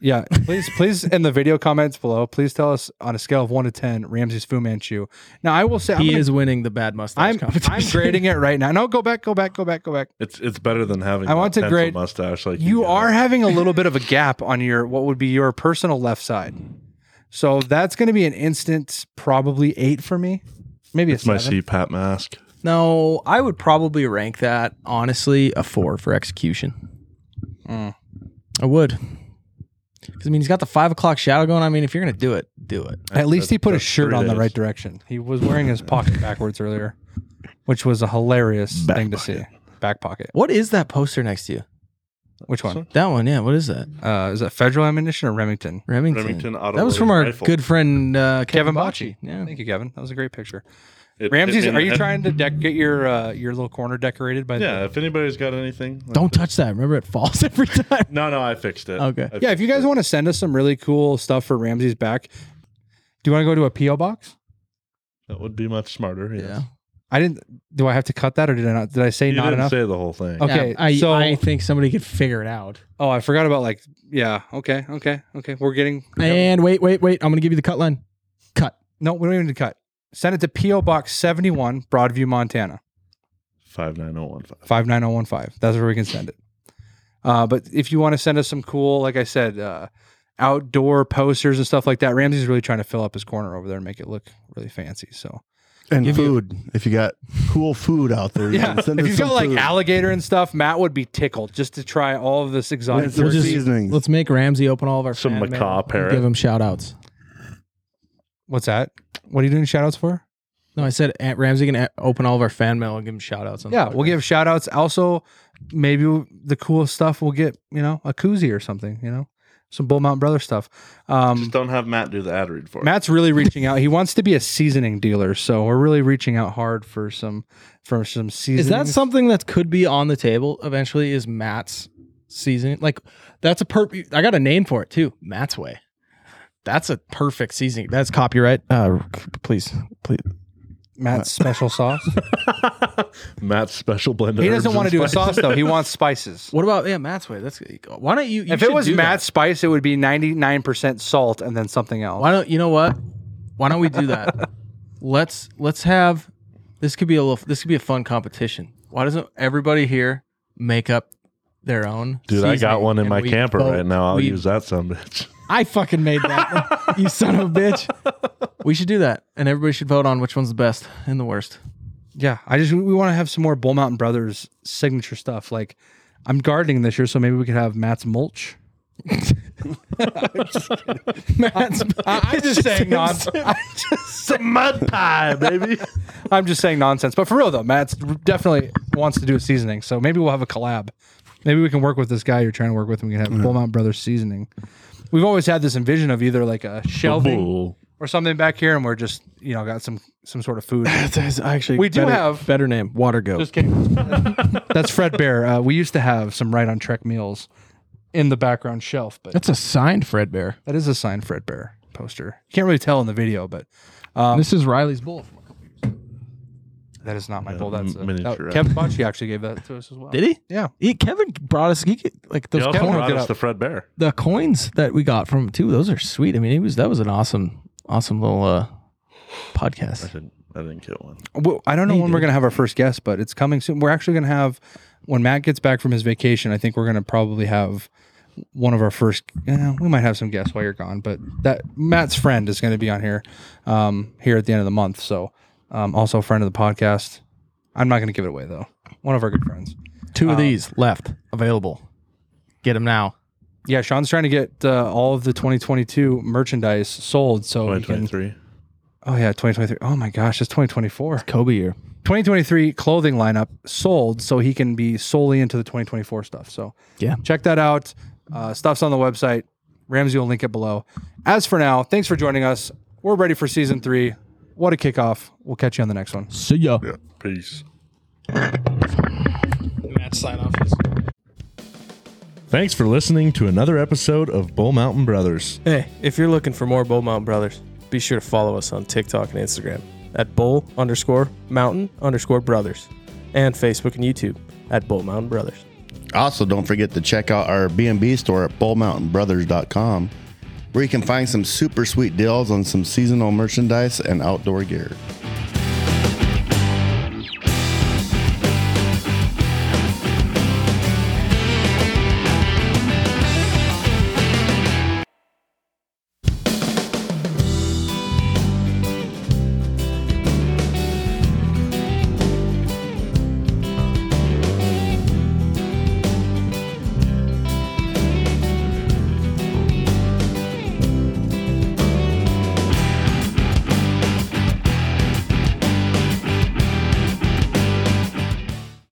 Speaker 6: yeah, please, please, in the video comments below, please tell us on a scale of one to ten, Ramsey's Fu Manchu. Now, I will say, I'm
Speaker 2: he
Speaker 6: gonna-
Speaker 2: is winning the bad mustache
Speaker 6: I'm,
Speaker 2: competition
Speaker 6: I'm grading it right now. No, go back, go back, go back, go back.
Speaker 4: It's it's better than having.
Speaker 6: I want
Speaker 4: a
Speaker 6: to
Speaker 4: pencil
Speaker 6: grade-
Speaker 4: mustache like
Speaker 6: You
Speaker 4: got.
Speaker 6: are having a little bit of a gap on your what would be your personal left side. So that's going to be an instant, probably eight for me. Maybe
Speaker 4: It's
Speaker 6: it's
Speaker 4: my
Speaker 6: seven.
Speaker 4: CPAP mask.
Speaker 2: no i would probably rank that honestly a four for execution
Speaker 6: Mm.
Speaker 2: i would 'Cause, i mean he's got the five o'clock shadow going i mean if you're gonna do it do it
Speaker 6: At least he put his
Speaker 4: That's
Speaker 6: shirt
Speaker 4: three
Speaker 6: on the
Speaker 4: days.
Speaker 6: right direction. He was wearing his pocket backwards earlier, which was a hilarious thing to see. Back pocket.
Speaker 2: what is that poster next to you
Speaker 6: Which one?
Speaker 2: that one yeah what is that
Speaker 6: Uh, is that federal ammunition or Remington?
Speaker 2: remington,
Speaker 4: Remington auto.
Speaker 2: that was from our good friend uh, Kevin,
Speaker 6: Kevin
Speaker 2: Bocci.
Speaker 6: Bocci.
Speaker 2: Yeah,
Speaker 6: Thank you, Kevin. That was a great picture. Ramses, are you trying to dec- get your uh, your little corner decorated by?
Speaker 4: Yeah.
Speaker 6: The-
Speaker 4: If anybody's got anything, like
Speaker 2: Don't
Speaker 4: that-
Speaker 2: touch that. Remember, it falls every time.
Speaker 4: No, no, I fixed it.
Speaker 2: Okay.
Speaker 4: I
Speaker 6: yeah. If you
Speaker 4: fixed
Speaker 6: guys
Speaker 4: it.
Speaker 6: want to send us some really cool stuff for Ramsey's back, do you want to go to a PO box?
Speaker 4: that would be much smarter. Yes.
Speaker 2: Yeah.
Speaker 6: I didn't. Do I have to cut that, or did I not? Did I say
Speaker 4: You
Speaker 6: not
Speaker 4: didn't
Speaker 6: enough?
Speaker 4: say the whole thing.
Speaker 6: Okay.
Speaker 2: Yeah, I,
Speaker 6: so-
Speaker 2: I think somebody could figure it out.
Speaker 6: oh, I forgot about like. Yeah. Okay. Okay. Okay. We're getting.
Speaker 2: And wait, wait, wait. I'm gonna give you the cut line. Cut.
Speaker 6: No, we don't even need to cut. Send it to PO Box seventy one, Broadview, Montana
Speaker 4: Five nine zero one five.
Speaker 6: five nine zero one five. That's where we can send it. Uh, but if you want to send us some cool, like I said, uh, outdoor posters and stuff like that, Ramsey's really trying to fill up his corner over there and make it look really fancy. So
Speaker 3: And
Speaker 2: Give you-
Speaker 3: food. if you got cool food out there, you
Speaker 6: Yeah,
Speaker 3: can send
Speaker 6: if
Speaker 3: us
Speaker 6: you
Speaker 3: some
Speaker 6: got like
Speaker 3: food.
Speaker 6: alligator and stuff, Matt would be tickled just to try all of this exotic.
Speaker 3: With some
Speaker 2: We'll just-
Speaker 6: turkey.
Speaker 3: seasonings.
Speaker 2: Let's make Ramsey open all of our
Speaker 4: Some
Speaker 2: fan mail
Speaker 4: macaw
Speaker 2: and
Speaker 4: parrot.
Speaker 2: Give him shout outs.
Speaker 6: What's that? What are you doing shout outs for?
Speaker 2: No, I said Aunt Ramsey can a- open all of our fan mail and give him shout outs.
Speaker 6: Yeah, we'll give shout outs. Also, maybe the cool stuff we'll get, you know, a koozie or something, you know, some Bull Mountain Brother stuff. Um,
Speaker 4: Just don't have Matt do the ad read for it.
Speaker 6: Matt's really reaching out. He wants to be a seasoning dealer, so we're really reaching out hard for some for some seasoning.
Speaker 2: Is that something that could be on the table eventually? Is Matt's season like that's a perfect? I got a name for it too. Matt's way. That's a perfect seasoning. That's copyright. Uh, please, please.
Speaker 6: Matt's special sauce?
Speaker 4: Matt's special blend. of
Speaker 6: he
Speaker 4: herbs
Speaker 6: doesn't want to
Speaker 4: and
Speaker 6: do a
Speaker 4: spices.
Speaker 6: sauce though. He wants spices.
Speaker 2: What about yeah, Matt's way? That's why don't you? you
Speaker 6: if it
Speaker 2: should
Speaker 6: was
Speaker 2: do that.
Speaker 6: Matt's spice, it would be ninety nine percent salt and then something else.
Speaker 2: Why don't you know what? Why don't we do that? let's let's have this could be a little this could be a fun competition. Why doesn't everybody here make up their own?
Speaker 4: Dude, I got
Speaker 2: seasoning
Speaker 4: one in
Speaker 2: and
Speaker 4: my
Speaker 2: we
Speaker 4: camper
Speaker 2: vote?
Speaker 4: right now. I'll
Speaker 2: we-
Speaker 4: use that some bitch.
Speaker 2: I fucking made that. you son of a bitch. We should do that, and everybody should vote on which one's the best and the worst.
Speaker 6: Yeah, I just we want to have some more Bull Mountain Brothers signature stuff. Like I'm gardening this year, so maybe we could have Matt's mulch.
Speaker 2: Matt's,
Speaker 6: I, am just saying nonsense.
Speaker 4: Mud pie, baby.
Speaker 6: I'm just saying nonsense. But for real though, Matt definitely wants to do a seasoning. So maybe we'll have a collab. Maybe we can work with this guy you're trying to work with. And we can have Bull Mount Brothers seasoning. We've always had this envision of either like a shelving
Speaker 4: Bull.
Speaker 6: or something back here, and we're just you know got some some sort of food.
Speaker 2: That's actually
Speaker 6: We do
Speaker 2: better-
Speaker 6: have-
Speaker 2: better name Water Goat.
Speaker 6: Just kidding. That's Fred Bear. Uh, we used to have some right on Trek meals in the background shelf, but
Speaker 2: That's a signed Fred Bear.
Speaker 6: that is a signed Fred Bear poster. You can't really tell in the video, but
Speaker 2: this is Riley's bull.
Speaker 6: that is not my
Speaker 4: Yeah,
Speaker 6: bull. That's a,
Speaker 4: miniature.
Speaker 6: that- Kevin Bunchy actually gave that to us as well.
Speaker 2: Did he?
Speaker 6: Yeah.
Speaker 2: He- Kevin brought us he get, like
Speaker 4: He
Speaker 2: those
Speaker 4: also
Speaker 2: coins,
Speaker 4: brought
Speaker 6: get
Speaker 4: us
Speaker 6: up.
Speaker 4: the Fred Bear.
Speaker 2: the coins that we got from him too. Those are sweet. I mean, he was that was an awesome awesome little uh,
Speaker 4: I
Speaker 2: podcast.
Speaker 4: didn't. I didn't get one.
Speaker 6: Well, I don't know
Speaker 2: He
Speaker 6: when we're
Speaker 2: did.
Speaker 6: going to have our first guest, but it's coming soon. We're actually going to have when Matt gets back from his vacation. I think we're going to probably have one of our first. eh, we might have some guests while you're gone, but that Matt's friend is going to be on here um, here at the end of the month. So um, also a friend of the podcast. I'm not going to give it away though. One of our good friends.
Speaker 2: Two of
Speaker 6: Um,
Speaker 2: these left available. Get them now.
Speaker 6: Yeah, Sean's trying to get uh, all of the 2022 merchandise sold. So
Speaker 4: Twenty
Speaker 6: he can,
Speaker 4: twenty three.
Speaker 6: oh yeah, 2023. Oh my gosh, it's 2024.
Speaker 2: Kobe year.
Speaker 6: 2023 clothing lineup sold so he can be solely into the 2024 stuff. So
Speaker 2: Yeah.
Speaker 6: check that out. Uh, stuff's on the website. Ramsey will link it below. As for now, thanks for joining us. We're ready for season three. What a kickoff. We'll catch you on the next one.
Speaker 2: See ya.
Speaker 4: Peace.
Speaker 2: Matt sign off.
Speaker 4: Thanks for listening to another episode of Bull Mountain Brothers.
Speaker 8: Hey, if you're looking for more Bull Mountain Brothers, be sure to follow us on TikTok and Instagram at Bull underscore Mountain underscore Brothers and Facebook and YouTube at Bull Mountain Brothers.
Speaker 3: Also, don't forget to check out our B&B store at bullmountainbrothers.com where you can find some super sweet deals on some seasonal merchandise and outdoor gear.